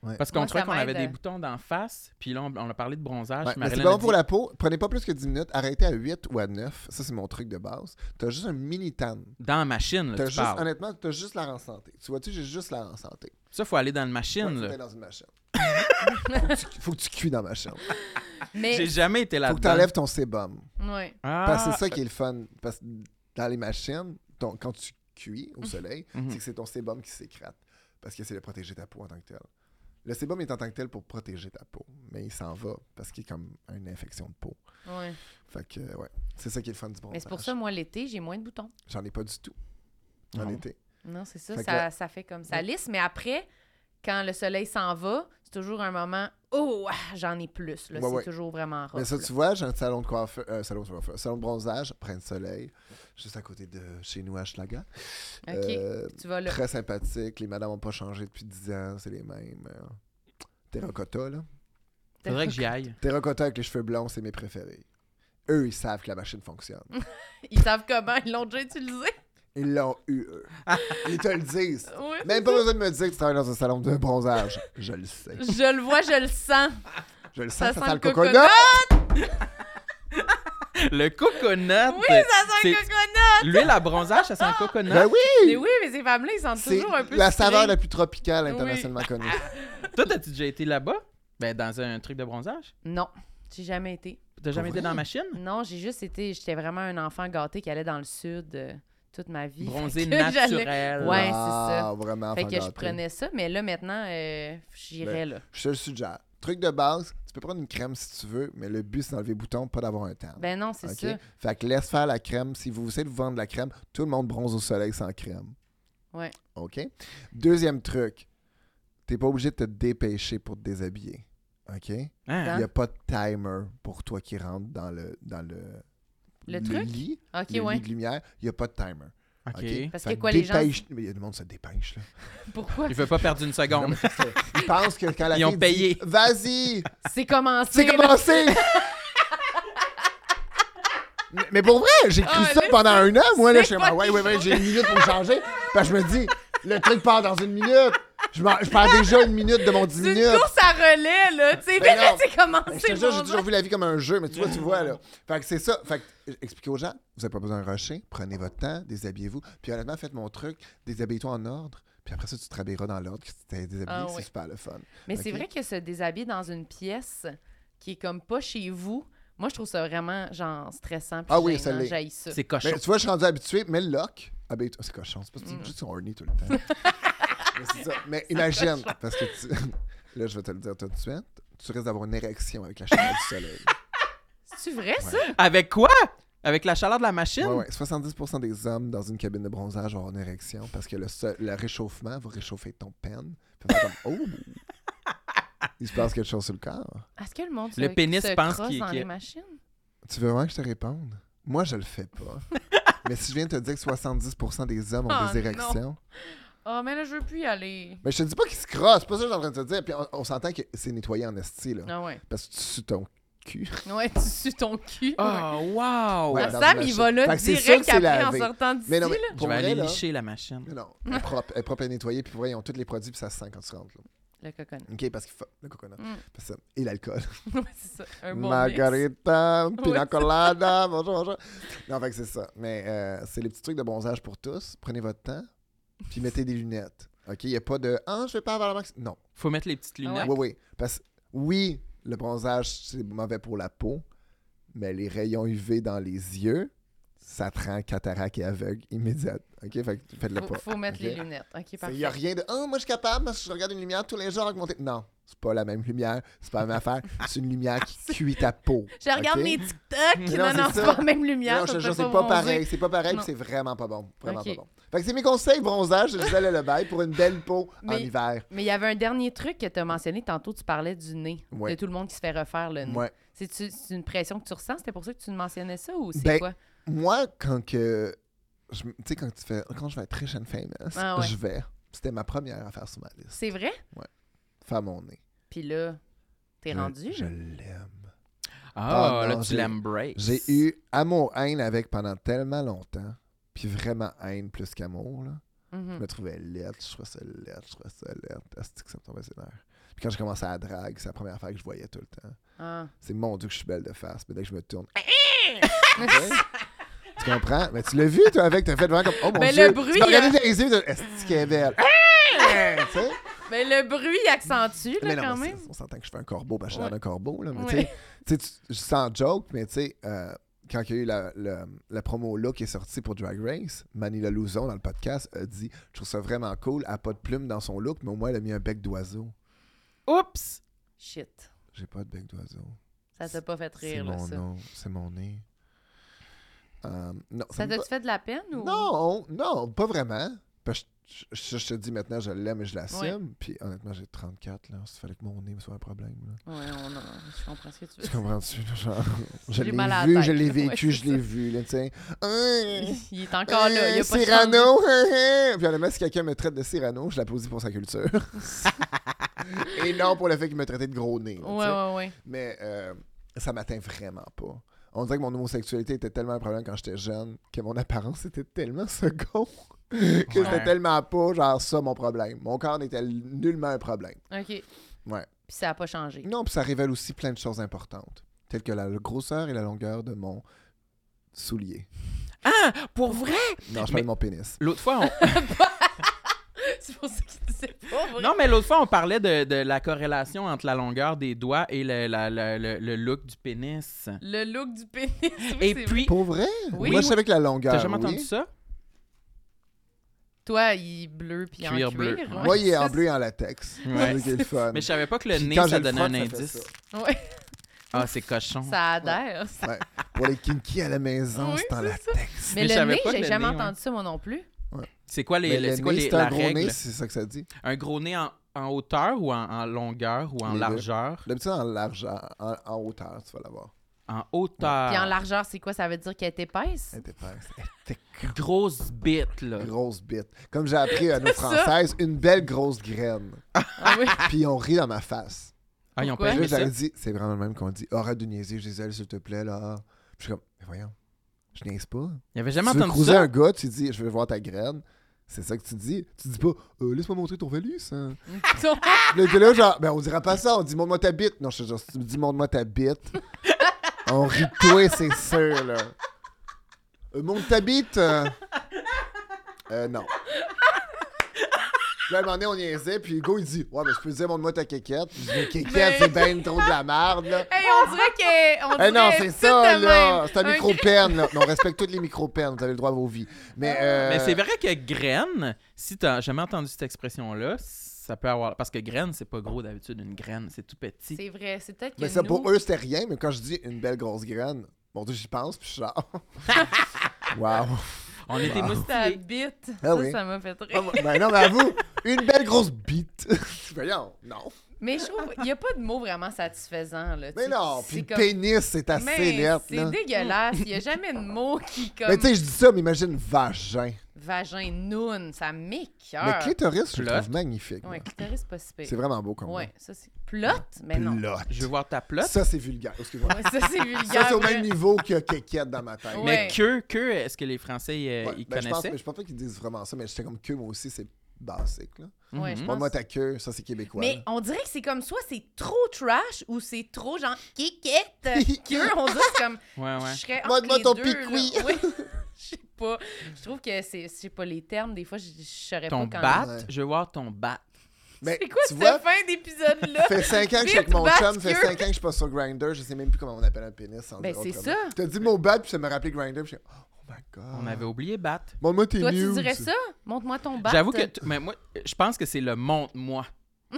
B: ouais.
A: Parce qu'on
B: Moi,
A: trouvait
B: ça
A: qu'on avait des
B: m'aide.
A: boutons d'en face, puis là, on, on a parlé de bronzage.
D: Ouais, mais
A: Marilyn
D: c'est
A: a
D: bon pour
A: dit-
D: la peau. Prenez pas plus que 10 minutes. Arrêtez à 8 ou à 9. Ça, c'est mon truc de base. T'as juste un mini tan.
A: Dans la machine, là,
D: T'as
A: tu
D: juste,
A: parles.
D: honnêtement, t'as juste l'air en santé. Tu vois-tu, j'ai juste l'air en santé.
A: Ça, faut aller dans la
D: Ouais,
A: machine,
D: faut que
A: là.
D: t'ailles dans une machine. faut, que tu, faut que tu cuis dans ma chambre.
A: Ah, J'ai
B: Mais.
A: jamais été
D: Faut que
A: là-dedans.
D: t'enlèves ton sébum.
B: Ouais.
A: Ah,
D: Parce que c'est ça qui est le fun. Parce que dans les machines, ton- quand tu cuis au soleil,
A: Mhm.
D: c'est que c'est ton sébum qui s'écrate. Parce que c'est de protéger ta peau en tant que tel. Le sébum est en tant que tel pour protéger ta peau. Mais il s'en va parce qu'il est comme une infection de peau.
B: Ouais.
D: Fait que, ouais. C'est ça qui est le fun du bronzage.
B: Mais c'est pour ça, moi, l'été, j'ai moins de boutons.
D: J'en ai pas du tout. En
A: Non.
D: été.
B: Non, c'est ça.
D: Fait que
B: Ça,
D: là-
B: ça fait comme ça lisse. Mais après, quand le soleil s'en va, c'est toujours un moment. Oh, ah, j'en ai plus. là.
D: Ouais,
B: c'est
D: ouais.
B: toujours vraiment rare.
D: Mais ça, tu vois, j'ai un salon de coiffeur, euh, salon, de coiffeur, salon de bronzage, Prince Soleil, juste à côté de chez nous à Schlaga.
B: OK.
D: Euh,
B: Tu vas là.
D: Très sympathique. Les madames n'ont pas changé depuis 10 ans. C'est les mêmes. euh, terracotta, là.
A: faudrait que j'y aille.
D: Terracotta avec les cheveux blonds, c'est mes préférés. Eux, ils savent que la machine fonctionne.
B: Ils savent comment. Ils l'ont déjà utilisé.
D: Ils l'ont eu, eux. Ils te le disent.
B: Ouais.
D: Même pas besoin de me dire que tu travailles dans un salon de bronzage. Je le sais.
B: Je le vois, je le sens.
D: Je le sens,
B: Ça sent
D: ça, sent
B: le
D: le coconut.
A: Le
D: Ah,
A: coconut.
B: Oui, ça sent
A: c'est-
B: le coconut.
A: L'huile à bronzage, ça sent le coconut.
D: Ben
B: Mais
D: oui!
B: oui, mais ces femmes-là, ils sentent
D: C'est
B: toujours un peu
D: la
B: sucré. Ah,
D: saveur la plus tropicale internationalement connue.
A: Toi, t'as-tu déjà été là-bas? Ben, dans un truc de bronzage?
B: Non. J'ai jamais été.
A: T'as jamais
D: Pour
A: été dans
D: vrai?
A: la machine?
B: Non, j'ai juste été. J'étais vraiment un enfant gâté qui allait dans le sud euh, toute ma vie.
A: Bronzée
B: Fait que j'allais-
A: naturelle.
B: Ouais, c'est
D: Ah, Vraiment,
B: Fait
D: enfant
B: que je
D: gâté. Ben,
B: prenais ça, mais là maintenant, euh, j'irais là.
D: Je te le suggère. Truc de base, tu peux prendre une crème si tu veux, mais le but, c'est d'enlever le bouton, pas d'avoir un temps.
B: Ben non, c'est
D: OK?
B: ça.
D: Fait que laisse faire la crème. Si vous essayez de vous vendre de la crème, tout le monde bronze au soleil sans crème.
B: Ouais.
D: OK? Deuxième truc, t'es pas obligé de te dépêcher pour te déshabiller. OK? Il
A: Hein?
D: n'y a pas de timer pour toi qui rentre dans le, dans le,
B: Le truc?
D: lit,
B: Ok,
D: le
B: ouais.
D: lit de lumière. Il n'y a pas de timer.
A: OK.
D: OK.
B: Parce
D: Fait
B: que quoi, les gens-
D: dépêche- Mais il y a du monde qui se dépêche, là.
B: Pourquoi?
A: Il veut pas perdre une
D: Non,
A: seconde.
D: mais c'est ça. Ils pensent que quand la
A: Ils ont
D: fille dit,
A: payé.
D: Vas-y!
B: C'est commencé.
D: C'est
B: là.
D: commencé! mais, mais pour vrai, j'ai cru
B: Ah,
D: ça
B: là,
D: pendant un an, moi, là, je suis
B: pas
D: comme, ouais, ouais, ouais, j'ai une minute pour changer. Parce que je me dis, le truc part dans une minute. Je, m'en- je perds déjà une minute de mon 10
B: C'est
D: minutes.
B: une course à relais, là. Tu sais,
D: Ben non.
B: Ah, c'est hein?
D: Mais
B: commencé.
D: Je te jure, j'ai
B: mon
D: toujours vu la vie comme un jeu, mais tu vois, tu vois, là. Fait que c'est ça. Fait que, euh, expliquez aux gens, vous n'avez pas besoin de rusher, prenez votre temps, déshabillez-vous. Puis honnêtement, faites mon truc, déshabille-toi en ordre. Puis après ça, tu te rhabilleras dans l'ordre que tu t'es déshabillé.
B: Ah
D: c'est
B: oui.
D: super le fun.
B: Mais c'est
D: Ok.
B: vrai que se déshabiller dans une pièce qui est comme pas chez vous, moi, je trouve ça vraiment, genre, stressant. puis
D: Ah oui,
B: gênant.
D: ça l'est.
B: J'haïs ça.
A: C'est cochon.
D: Mais tu vois, je suis rendu habitué, mais le lock, habille- oh, c'est cochon, c'est parce
B: Mm.
D: que tu juste horny tout le temps. mais, c'est ça. Mais imagine, parce que tu... là, je vais te le dire tout de suite, tu risques d'avoir une érection avec la chaleur du soleil.
B: C'est-tu vrai, ça?
A: Avec quoi? Avec la chaleur de la machine?
D: Ouais, ouais, 70% des hommes dans une cabine de bronzage vont avoir une érection parce que le, so- le réchauffement va réchauffer ton pen. Puis on va faire comme, oh! Il se passe quelque chose sur le corps.
B: Est-ce que le monde
A: Le
B: se,
A: pénis
B: se
A: pense
B: crosse
A: qu'il-
B: dans
A: qu'il-
B: les machines?
D: Tu veux vraiment que je te réponde? Moi, je le fais pas. mais si je viens de te dire que 70% des hommes ont
B: Oh,
D: des
B: non.
D: érections,
B: Ah, mais là, je veux plus y aller.
D: Mais je te dis pas qu'il se crosse, c'est pas ça que je suis en train de te dire. Puis on, on s'entend que c'est nettoyé en esti, là.
B: Ah ouais.
D: Parce que tu sues ton cul.
B: Ouais, tu sues ton cul.
A: Oh, wow!
D: Ah, Ouais,
B: Ah,
D: dans
B: Sam,
D: une
B: il va là
D: machine. Fait que c'est sûr que
B: direct
D: c'est
B: après en
D: lavé.
B: sortant d'ici.
D: Mais non, mais
B: là.
A: Je
D: pour
A: vais
D: vrai,
A: aller
D: là...
A: licher la machine.
D: Mais Non, elle est propre, elle est propre à nettoyer, puis pour vrai, ils ont tous les produits, puis ça se sent quand tu rentres, là.
B: Le coconut.
D: OK, parce qu'il faut... Le coconut.
B: Mm.
D: Parce que- Et l'alcool.
B: Ouais, c'est ça. Un bon mix.
D: Margarita, pina
B: Ouais.
D: colada, bonjour, bonjour. Non, fait que c'est ça. Mais euh, c'est les petits trucs de bronzage pour tous. Prenez votre temps, puis mettez des lunettes. OK, il n'y a pas de « Ah, je vais pas avoir la max... » Non,
A: Faut mettre les petites lunettes.
D: Oui, oui. Parce que oui, le bronzage, c'est mauvais pour la peau, mais les rayons UV dans les yeux, ça te rend cataracte et aveugle immédiate. OK? Fait que faites-le
B: Faut,
D: pas.
B: faut mettre
D: Ok?
B: les lunettes. OK,
D: Il
B: parfait.
D: n'y a rien de Oh, moi je suis capable parce que je regarde une lumière tous les jours augmenter. Non, c'est pas la même lumière, c'est pas la même affaire. C'est une lumière qui cuit ta peau.
B: Ah, Je regarde
D: ok?
B: mes TikTok.
A: Mais
D: non,
B: Non, non,
D: c'est
B: c'est
D: ça.
B: pas la même lumière.
D: Non, je
B: ça
D: te
B: te
D: jure,
B: fait
D: c'est
B: pas
D: pas
B: bronzer.
D: pareil. C'est pas pareil,
B: Non.
D: puis c'est vraiment pas bon. Vraiment
B: Ok.
D: pas bon. Fait que c'est mes conseils bronzage, je vous allez le bail pour une belle peau en
B: Mais-
D: hiver.
B: Mais il y avait un dernier truc que tu as mentionné tantôt. Tu parlais du nez.
D: Ouais.
B: De tout le monde qui se fait refaire le nez.
D: Ouais.
B: C'est-tu- C'est une pression que tu ressens? C'était pour ça que tu mentionnais ça ou c'est
D: Ben,
B: quoi?
D: moi, quand que. je me- Tu sais, quand tu fais. Quand je vais être riche and famous,
B: Ah ouais.
D: je vais. C'était ma première affaire sur ma liste.
B: C'est vrai?
D: Faire mon nez.
B: Puis là, t'es
D: Je-
B: rendu?
D: Je l'aime.
A: Ah,
D: Ah,
A: là,
D: non,
A: tu
D: j'ai-
A: l'embraces.
D: J'ai eu amour-haine avec pendant tellement longtemps. Puis vraiment haine plus qu'amour, là. Je
B: Mhm.
D: me trouvais laide, je trouvais ça laide, je trouvais ça laide. Asti que ça me tombait sur les nerfs. Puis quand j'ai commencé à la drague, c'est la première affaire que je voyais tout le temps.
B: Ah.
D: C'est mon dieu que je suis belle de face, mais dès que je me tourne. Ok? tu comprends? Mais tu l'as vu, toi, avec, t'as fait vraiment comme. Oh mon
B: Mais
D: dieu!
B: le bruit,
D: Tu m'as regardé
B: hein.
D: dans les yeux, t'as- est-ce qu'elle est belle? Tu sais?
B: Mais le bruit il accentue, là,
D: mais non,
B: Ah, quand
D: mais
B: même.
D: c'est- on s'entend que je fais un corbeau, parce que je suis
B: Ouais.
D: un corbeau, là. Mais
B: Ouais.
D: tu sais- tu sais, tu- je sens joke, mais tu sais, euh, quand il y a eu la, la- la promo là qui est sortie pour Drag Race, Manila Luzon, dans le podcast, a dit Je trouve ça vraiment cool, elle a pas de plume dans son look, mais au moins elle a mis un bec d'oiseau.
A: Oups!
B: Shit.
D: J'ai pas de bec d'oiseau.
B: Ça t'a pas fait
D: C'est
B: rire, là,
D: mon
B: ça.
D: nom, c'est mon nez. Euh, non,
B: Ça
D: me va-
B: t'a-tu fait de la peine ou?
D: Non, non, pas vraiment. Parce que je, je- je te dis maintenant, je l'aime et je l'assume. Puis honnêtement, j'ai 34, là. Il fallait que mon nez me soit un problème, là.
B: Ouais, on a- je comprends ce que tu veux.
D: Tu comprends-tu? là, Genre, je
B: J'ai
D: l'ai
B: mal à la
D: vu,
B: tête,
D: je l'ai
B: là. Ouais,
D: vécu, je
B: c'est
D: l'ai vu, là, tu sais. Hein,
B: Il est encore là, il a
D: hein,
B: pas changé.
D: Cyrano! hein, hein. Puis honnêtement, si quelqu'un me traite de Cyrano, je l'applaudis pour sa culture. et non pour le fait qu'il me traitait de gros nez. là, tu sais.
B: Ouais, ouais, ouais.
D: Mais euh, ça m'atteint vraiment pas. On dirait que mon homosexualité était tellement un problème quand j'étais jeune que mon apparence était tellement second que
A: Ouais.
D: c'était tellement pas genre ça mon problème. Mon corps n'était nullement un problème.
B: OK.
D: Ouais.
B: Puis ça a pas changé.
D: Non, puis ça révèle aussi plein de choses importantes, telles que la grosseur et la longueur de mon soulier.
A: Pour vrai?
D: Non, je parle
A: Mais-
D: de mon pénis.
A: L'autre fois, on...
B: C'est pour ça qu'il disait pas
A: Non, mais l'autre fois, on parlait de, de la corrélation entre la longueur des doigts et le, la- la- le- le look du pénis.
B: Le look du pénis. oui,
A: et
B: c'est
A: puis,
D: Pour vrai?
B: Oui.
D: Moi, je savais que la longueur.
A: t'as jamais entendu
D: oui.
A: ça?
B: Toi, il est bleu puis en
A: Cuir
B: cuir.
A: bleu, ouais.
B: ouais,
D: Moi, il est
B: ça,
D: en bleu et en latex.
A: Ouais.
D: C'est ça qui est le fun.
A: Mais je savais pas que le
D: euh, Puis
A: nez,
D: quand
A: ça
D: j'ai le
A: donnait
D: fun,
A: un
D: ça fait
A: indice.
D: ça.
B: c'est- Ouais,
A: Ah, c'est cochon.
B: ça adhère. ça.
D: Ouais. Pour les kinky à la maison,
B: Oui,
D: c'est en
B: c'est ça.
D: latex.
A: Mais
B: Mais,
A: je
B: le
A: savais
B: nez,
A: pas que
B: j'ai
A: le
B: jamais
A: nez, ouais.
B: entendu ça, moi non plus.
A: C'est quoi, les,
D: Mais
A: le-
D: le
A: c'est quoi
D: nez,
A: les-
D: c'est un
A: la
D: gros
A: règle?
D: nez, c'est ça que ça dit.
A: Un gros nez en, en hauteur ou en, en longueur ou en
D: Les deux.
A: largeur?
D: D'habitude, en largeur, en, en hauteur, tu vas l'avoir.
A: En hauteur.
B: Puis en largeur, c'est quoi? Ça veut dire qu'elle est épaisse?
D: Elle était épaisse. Elle était
A: Grosse bite, là.
D: grosse bite. Comme j'ai appris à nos
B: ça.
D: Françaises, une belle grosse graine.
B: Ah oui.
D: Puis on rit dans ma face.
A: Ah, ils ont
B: Pourquoi?
A: pas
D: Puis là,
A: aimé ça?
D: j'avais dit, c'est vraiment le même qu'on dit. Arrête de niaiser, Gisèle, s'il te plaît, là. Puis je suis comme, mais voyons, je niaise pas.
A: Ils avaient jamais
D: tu veux
A: entendu
D: croiser
A: ça.
D: un gars, tu dis, je veux voir ta graine. C'est ça que tu dis. Tu dis pas, Euh, laisse-moi montrer ton valise. hein. Le gars là, genre, ben on dira pas ça, on dit montre-moi ta bite. Non, je te jure, si tu me dis montre-moi ta bite, on rit de toi, c'est sûr, là. Euh, montre ta bite. Euh, Euh, non. Puis là, à un moment donné, on niaisait, puis Hugo, il dit, ouais, ben je peux dire montre-moi ta quéquette. Puis je dis, quéquette,
B: Mais-
D: c'est ben trop de la merde, là.
B: Hey, on dirait que. On dirait
D: Eh non, c'est
B: tout
D: ça,
B: de
D: là.
B: même.
D: C'est un micro-peine, là. Non, on respecte toutes les micro-peines. Vous avez le droit à vos vies. Mais, euh,
A: Mais c'est vrai que graine, si t'as jamais entendu cette expression-là, ça peut avoir. Parce que graine, c'est pas gros d'habitude, une graine, c'est tout petit.
B: C'est vrai, c'est peut-être que.
D: Mais ça,
B: nous-
D: pour eux, c'était rien. Mais quand je dis une belle grosse graine, mon Dieu, j'y pense, puis je suis genre. Waouh.
A: On était
B: Ta
A: moustillés.
B: bite.
D: Ah
B: ça,
D: oui.
B: ça m'a fait rire.
D: Ben non, mais avoue, une belle grosse bite. Voyons, non.
B: Mais je trouve, il n'y a pas de mot vraiment satisfaisant. Là.
D: Mais
B: Tu-
D: non,
B: c'est
D: puis
B: comme-
D: pénis, c'est
B: Mais
D: assez lettre,
B: C'est
D: là.
B: dégueulasse. Il n'y a jamais de mot qui, comme.
D: Mais tu sais, je dis ça, mais imagine vagin.
B: Vagin, noun, ça m'écoeure.
D: Mais clitoris, je le
A: Plot.
D: trouve magnifique.
B: Ah. Ouais,
D: moi.
B: clitoris, pas si pire.
D: C'est vraiment beau comme mot.
B: Ouais, ça c'est. Plotte? Mais non.
D: Plot.
A: Je veux voir ta plotte.
D: Ça, c'est vulgaire. Excuse-moi.
B: Ouais, ça c'est vulgaire.
D: Ça, c'est au
B: là.
D: même niveau que quéquette dans ma tête.
B: Ouais.
A: Mais que, que, est-ce que les Français, euh,
D: Ouais,
A: ils
D: ben, je pense,
A: connaissaient?
D: mais je pense pas qu'ils disent vraiment ça, mais j'étais comme que moi aussi, c'est basique. Là.
B: Ouais, je
A: Mhm.
B: pense-
D: Moi, ta queue, ça c'est québécois.
B: Mais
D: là.
B: on dirait que c'est comme soit c'est trop trash ou c'est trop genre kikette. que on dirait que c'est comme.
A: Ouais, ouais.
B: Je serais
D: Moi-
B: entre
D: moi,
B: les
D: ton
B: deux,
D: picoui.
B: là. Oui. Je sais pas. Je trouve que c'est. Je sais pas, les termes, des fois, je je saurais
A: Ton
B: pas quand.
A: bat,
D: Ouais.
A: je veux voir ton bat.
D: Mais
B: C'est quoi
D: Eh, tu
B: cette
D: vois,
B: fin d'épisode-là?
D: fait 5 ans que je suis avec
B: Vite,
D: mon
B: basque.
D: chum, fait 5 ans que je suis pas sur Grindr, je sais même plus comment on appelle un pénis. sans
B: Ben,
D: dire
B: c'est
D: autrement.
B: ça.
D: T'as dit mon bat, puis ça m'a rappelé Grindr, puis je suis comme, oh my god.
A: On avait oublié bat.
D: Bon, moi, t'es
B: Toi, tu
D: nude.
B: dirais ça? Montre-moi ton bat.
A: J'avoue que. t- Mais moi, je pense que c'est le monte-moi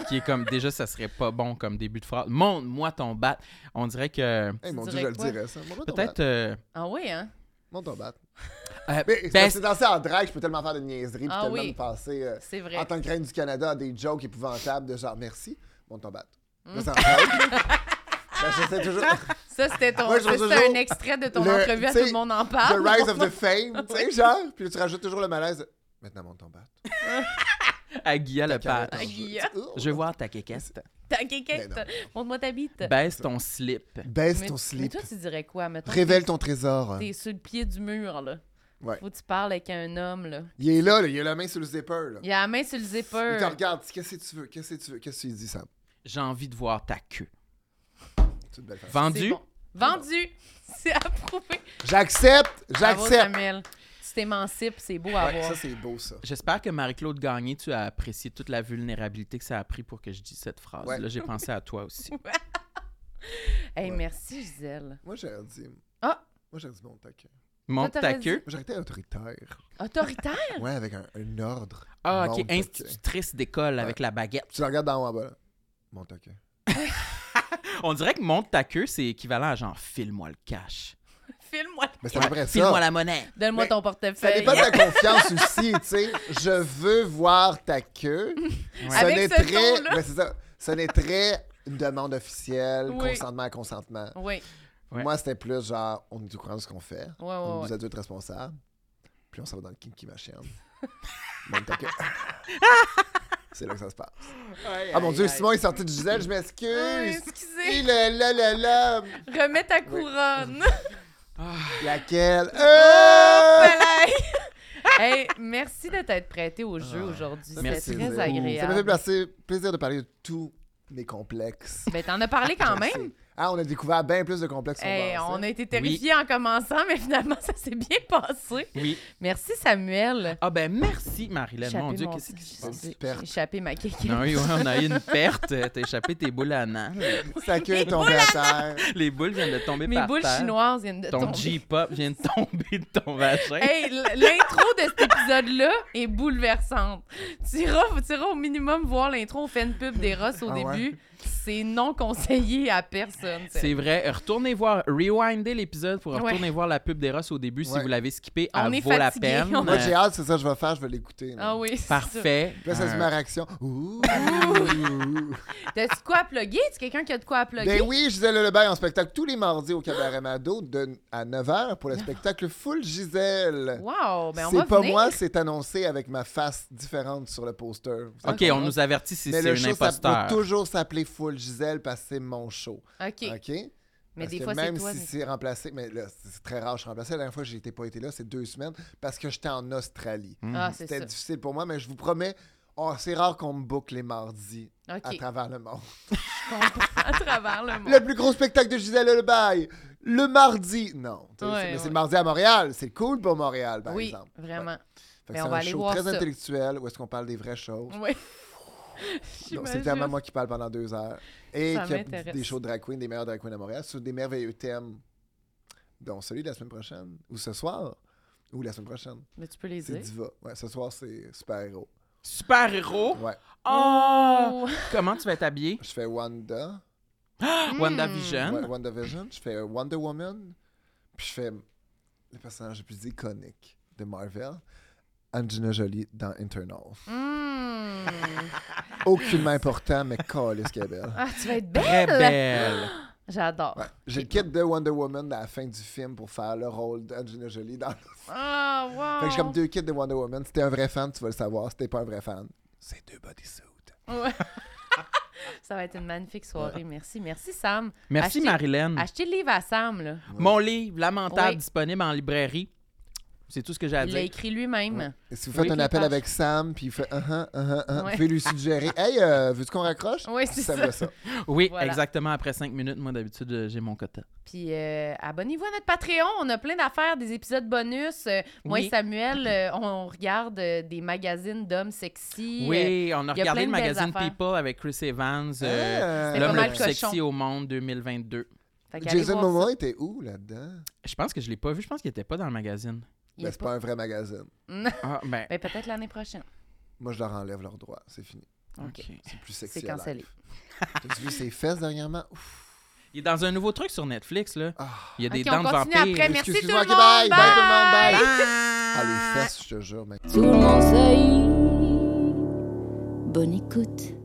A: qui est comme. déjà, ça serait pas bon comme début de phrase. Monte-moi ton bat. On dirait que.
D: Eh
B: Tu
D: mon dieu,
B: dirais
D: je le
B: quoi?
D: dirais ça. Montre-moi ton
A: Peut-être.
D: bat.
A: euh,
B: Ah oui, hein?
D: Montre ton bat.
A: euh,
D: Mais c'est
A: ben,
D: parce que dans ça en drague, je peux tellement faire de niaiseries, puis
B: Ah
D: tellement
B: oui.
D: me passer euh,
B: C'est vrai.
D: en tant que reine du Canada à des jokes épouvantables de genre merci, montre ton bat.
B: Mm.
D: Là, c'est en drague. Ben, j'essaie toujours.
B: Ça, c'était ton.
D: Moi, je trouve
B: C'était
D: toujours
B: un extrait de ton
D: le-
B: entrevue à
D: tu sais,
B: tout le monde en
D: The
B: parle.
D: Rise of the Fame, tu sais, genre. Puis là, tu rajoutes toujours le malaise. de, Maintenant, monte ton bat.
A: à Guilla le bat.
D: Carotte en jeu.
B: Guilla.
D: Tu- oh.
A: Je veux voir ta quéquette.
B: Ta quéquette.
D: Mais
B: Montre-moi ta bite.
A: Baisse ton slip.
D: Baisse
B: Mais-
D: ton
B: Mais
D: slip.
B: toi, tu dirais quoi? Mettons,
D: Révèle ton trésor.
B: T'es sur le pied du mur, là.
D: Ouais.
B: Faut que tu parles avec un homme, là.
D: Il est là, là, il a la main sur le zipper. Là.
B: Il a la main sur le
D: Il te
B: zipper.
D: regarde. Qu'est-ce que tu veux? Qu'est-ce que tu veux? Qu'est-ce que tu dis, Sam?
A: J'ai envie de voir ta queue.
D: C'est une belle face.
B: C'est
A: Vendu?
B: bon. Vendu! C'est approuvé.
D: J'accepte!
B: Bravo,
D: J'accepte!
B: Samuel. Tu t'émancipes, c'est beau à
D: Ouais,
B: voir.
D: ça, c'est beau, ça.
A: J'espère que Marie-Claude Gagné, tu as apprécié toute la vulnérabilité que ça a pris pour que je dise cette phrase.
D: Ouais.
A: Là, j'ai pensé à toi aussi.
B: Hey,
D: Ouais.
B: merci, Gisèle.
D: Moi, j'aurais dit.
B: Ah!
D: Moi, j'aurais dit mon taquet. Moi,
A: Monte ta
B: t'aurais dit-
A: queue.
D: j'aurais été autoritaire.
B: Autoritaire?
D: Ouais, avec un, un ordre.
A: Ah,
D: Mon
A: ok.
D: taquet.
A: Institutrice d'école avec la baguette.
D: Tu le regardes d'en haut en bas, là. Mon taquet.
A: On dirait que monte ta queue, c'est équivalent à genre file-moi le cash.
B: Filme-moi.
D: Mais c'est à peu près
A: File-moi
D: ça.
A: la monnaie.
B: Donne-moi
D: Mais
B: ton
D: Ça
B: portefeuille.
D: dépend de la confiance aussi, tu sais. Je veux voir ta queue.
A: Ouais.
D: Ce
B: Avec
D: n'est
B: ce
D: très,
B: ton-là.
D: ben, c'est ça. Ce n'est très une demande officielle,
B: Oui.
D: consentement à consentement.
B: Oui,
A: Ouais.
D: Moi, c'était plus genre, on est au courant de ce qu'on fait.
B: oui, oui.
D: on
B: oui.
D: nous adultes responsables. Puis on s'en va dans le kinky machine. Même temps que- C'est là que ça se passe. ah mon dieu, Simon est sorti de Gisèle, je
B: Ah,
D: m'excuse.
B: excusez.
D: Il est là, là, là,
B: Remets ta couronne.
D: Laquelle?
B: Oh,
D: Euh!
B: Voilà. hey, merci de t'être prêté au jeu
D: Ah,
B: aujourd'hui.
D: ça
A: me fait
B: C'était
D: plaisir.
A: Ça
B: très
D: Ça m'a fait
B: agréable.
D: placer- plaisir de parler de tous mes complexes.
B: Ben, t'en as parlé quand
D: Merci.
B: même.
D: Ah, on a découvert bien plus de complexes hein. qu'on
B: Hey,
D: pensait.
B: on a été terrifiés en commençant, mais finalement, ça s'est bien passé.
A: Oui.
B: Merci, Samuel.
A: Ah ben merci, Marilyn. Mon
B: Échappé
A: Dieu,
B: mon-
A: qu'est-ce qui se
D: passe?
B: J'ai-
D: Perte.
B: J'ai échappé ma kékette.
A: Non, oui, ouais, on a eu une perte. T'as échappé tes boules à Nantes.
D: Sa queue est tombée à terre.
A: Les boules viennent de tomber
B: Mes
A: par
B: boules
A: terre.
B: chinoises viennent de
A: Ton
B: tomber.
A: G-pop vient de tomber de ton vagin.
B: Hey, l- l'intro de cet épisode-là est bouleversante. Tu iras, tu iras au minimum voir l'intro, on fait une pub des Ross au
D: Ah ouais?
B: début. C'est non conseillé à personne. c'est-
A: C'est vrai. Retournez voir, rewindez l'épisode pour retourner voir la pub d'Eros au début si
D: Ouais.
A: vous l'avez skippé.
B: On
A: elle
B: est
A: vaut
B: fatigué,
A: la peine.
B: on
D: Moi, j'ai hâte, c'est ça que je vais faire, je vais l'écouter. là.
B: Ah oui, c'est
A: Parfait. Euh,
D: Puis Là, ça se
A: Un-
B: Euh.
D: met à réaction. Ouh!
B: Ah. ça. T'as-tu quoi à plugger? Tu quelqu'un qui a de quoi à plugger?
D: Ben oui, Gisèle Lebel en spectacle tous les mardis au Cabaret Mado de, à 9h pour le spectacle Full Gisèle.
B: Wow, ben on va
D: c'est pas
B: venir.
D: moi, c'est annoncé avec ma face différente sur le poster. Vous
B: Ah.
A: OK,
D: savez
A: on
D: comment?
A: nous avertit si
D: Mais
A: c'est une
D: le show, ça
A: imposteur.
D: peut toujours s'appeler Full Gisèle parce que c'est mon show.
B: OK,
D: OK?
B: mais
D: Parce
B: des
D: que
B: fois, c'est
D: même
B: toi.
D: si
B: mais-
D: c'est remplacé, mais là, c'est c'est très rare, je suis remplacé. La dernière fois que j'ai été- pas été là, c'est deux semaines parce que j'étais en Australie.
B: Ah, c'est
D: C'était
B: ça.
D: difficile pour moi, mais je vous promets, oh, c'est rare qu'on me boucle les mardis à
B: OK,
D: travers le monde.
B: à travers le monde.
D: Le plus gros spectacle de Gisèle Lebaille, le mardi. Non, tu sais,
B: Ouais,
D: c'est- mais
B: ouais.
D: c'est le mardi à Montréal. C'est cool pour Montréal, par
B: oui,
D: exemple.
B: vraiment.
D: Fait que
B: Mais
D: c'est
B: on
D: un
B: va aller
D: show
B: voir
D: très
B: ça.
D: intellectuel où est-ce qu'on parle des vraies choses.
B: Oui.
D: Non,
B: J'imagine.
D: C'est clairement moi qui parle pendant deux heures. Et
B: Ça
D: qui a
B: m'intéresse.
D: des shows de drag queen, des meilleurs drag queens à Montréal, sur des merveilleux thèmes, dont celui de la semaine prochaine, ou ce soir, ou la semaine prochaine.
B: Mais tu peux les
D: C'est
B: dire.
D: Diva. Ouais, ce soir, c'est super-héros.
A: Super-héros.
D: Ouais.
A: Oh!
B: Oh.
A: Comment tu vas t'habiller?
D: Je fais Wanda,
B: Hmm.
A: WandaVision.
D: ouais, WandaVision, je fais euh, Wonder Woman, puis je fais le personnage le plus iconique de Marvel, Angelina Jolie dans Internal.
B: Mm.
D: Aucunement important, mais calé ce qu'elle est belle.
B: Ah, tu vas être
A: Très
B: belle!
A: belle.
B: J'adore.
D: Ouais. J'ai le kit de Wonder Woman à la fin du film pour faire le rôle d'Angelina Jolie dans
B: Ah, wow!
D: Fait que j'ai comme deux kits de Wonder Woman. Si t'es un vrai fan, tu vas le savoir. Si t'es pas un vrai fan, c'est deux bodysuits.
B: Ouais. Ça va être une magnifique soirée. Merci, merci Sam.
A: Merci,
B: Achetez-
D: Hmm.
A: Marilyn.
B: Achetez le livre à Sam, là.
A: Mon livre, Lamentable,
B: Oui.
A: disponible en librairie. C'est tout ce que j'ai à
B: Il l'a
A: dire.
B: écrit lui-même.
D: Et si vous
A: Oui,
D: faites un
B: les
D: appel
B: pages.
D: avec Sam, puis il fait uh -huh, uh -huh, uh -huh,
B: Ouais.
D: vous pouvez lui suggérer Hey, euh, veux-tu qu'on raccroche
B: Oui, c'est
D: Sam
B: ça.
D: fait ça.
A: Oui,
B: Voilà.
A: exactement. Après cinq minutes, moi, d'habitude, euh, j'ai mon quota.
B: Puis euh, abonnez-vous à notre Patreon. On a plein d'affaires, des épisodes bonus. Euh, Moi
A: Oui.
B: et Samuel, euh, on regarde euh, des magazines d'hommes sexy. Euh,
A: Oui, on a
B: il y a
A: regardé le
B: plein de belles
A: magazine
B: affaires.
A: People avec Chris Evans, euh,
D: Euh,
B: C'était
A: l'homme
B: pas
A: le
B: mal
A: plus
B: cochon.
A: sexy au monde 2022.
B: fait qu'allez
D: Jason
B: voir ça.
D: Momoa était où là-dedans
A: Je pense que je l'ai pas vu. Je pense qu'il était pas dans le magazine.
B: Il
D: Ben,
B: est
D: c'est
B: pas-
D: pas un vrai magazine.
A: Ah, ben.
B: Ben, peut-être l'année prochaine.
D: Moi, je leur enlève leurs droits. C'est fini.
B: OK.
A: ok.
D: C'est plus sexy.
B: C'est
D: à
B: cancellé.
D: life. T'as vu ses fesses dernièrement Ouf.
A: Il est dans un nouveau truc sur Netflix, là.
D: Ah.
A: Il y a des
B: OK,
A: dents
B: on
A: de
B: continue
A: vampire.
B: après. Eh, Merci tout le
D: Excuse-moi,
B: monde.
D: ok, bye. Bye tout le monde,
B: Bye.
D: bye. Ah,
A: Bye!
D: les fesses, je te jure, mec.
C: Tout le monde sait. Bonne écoute.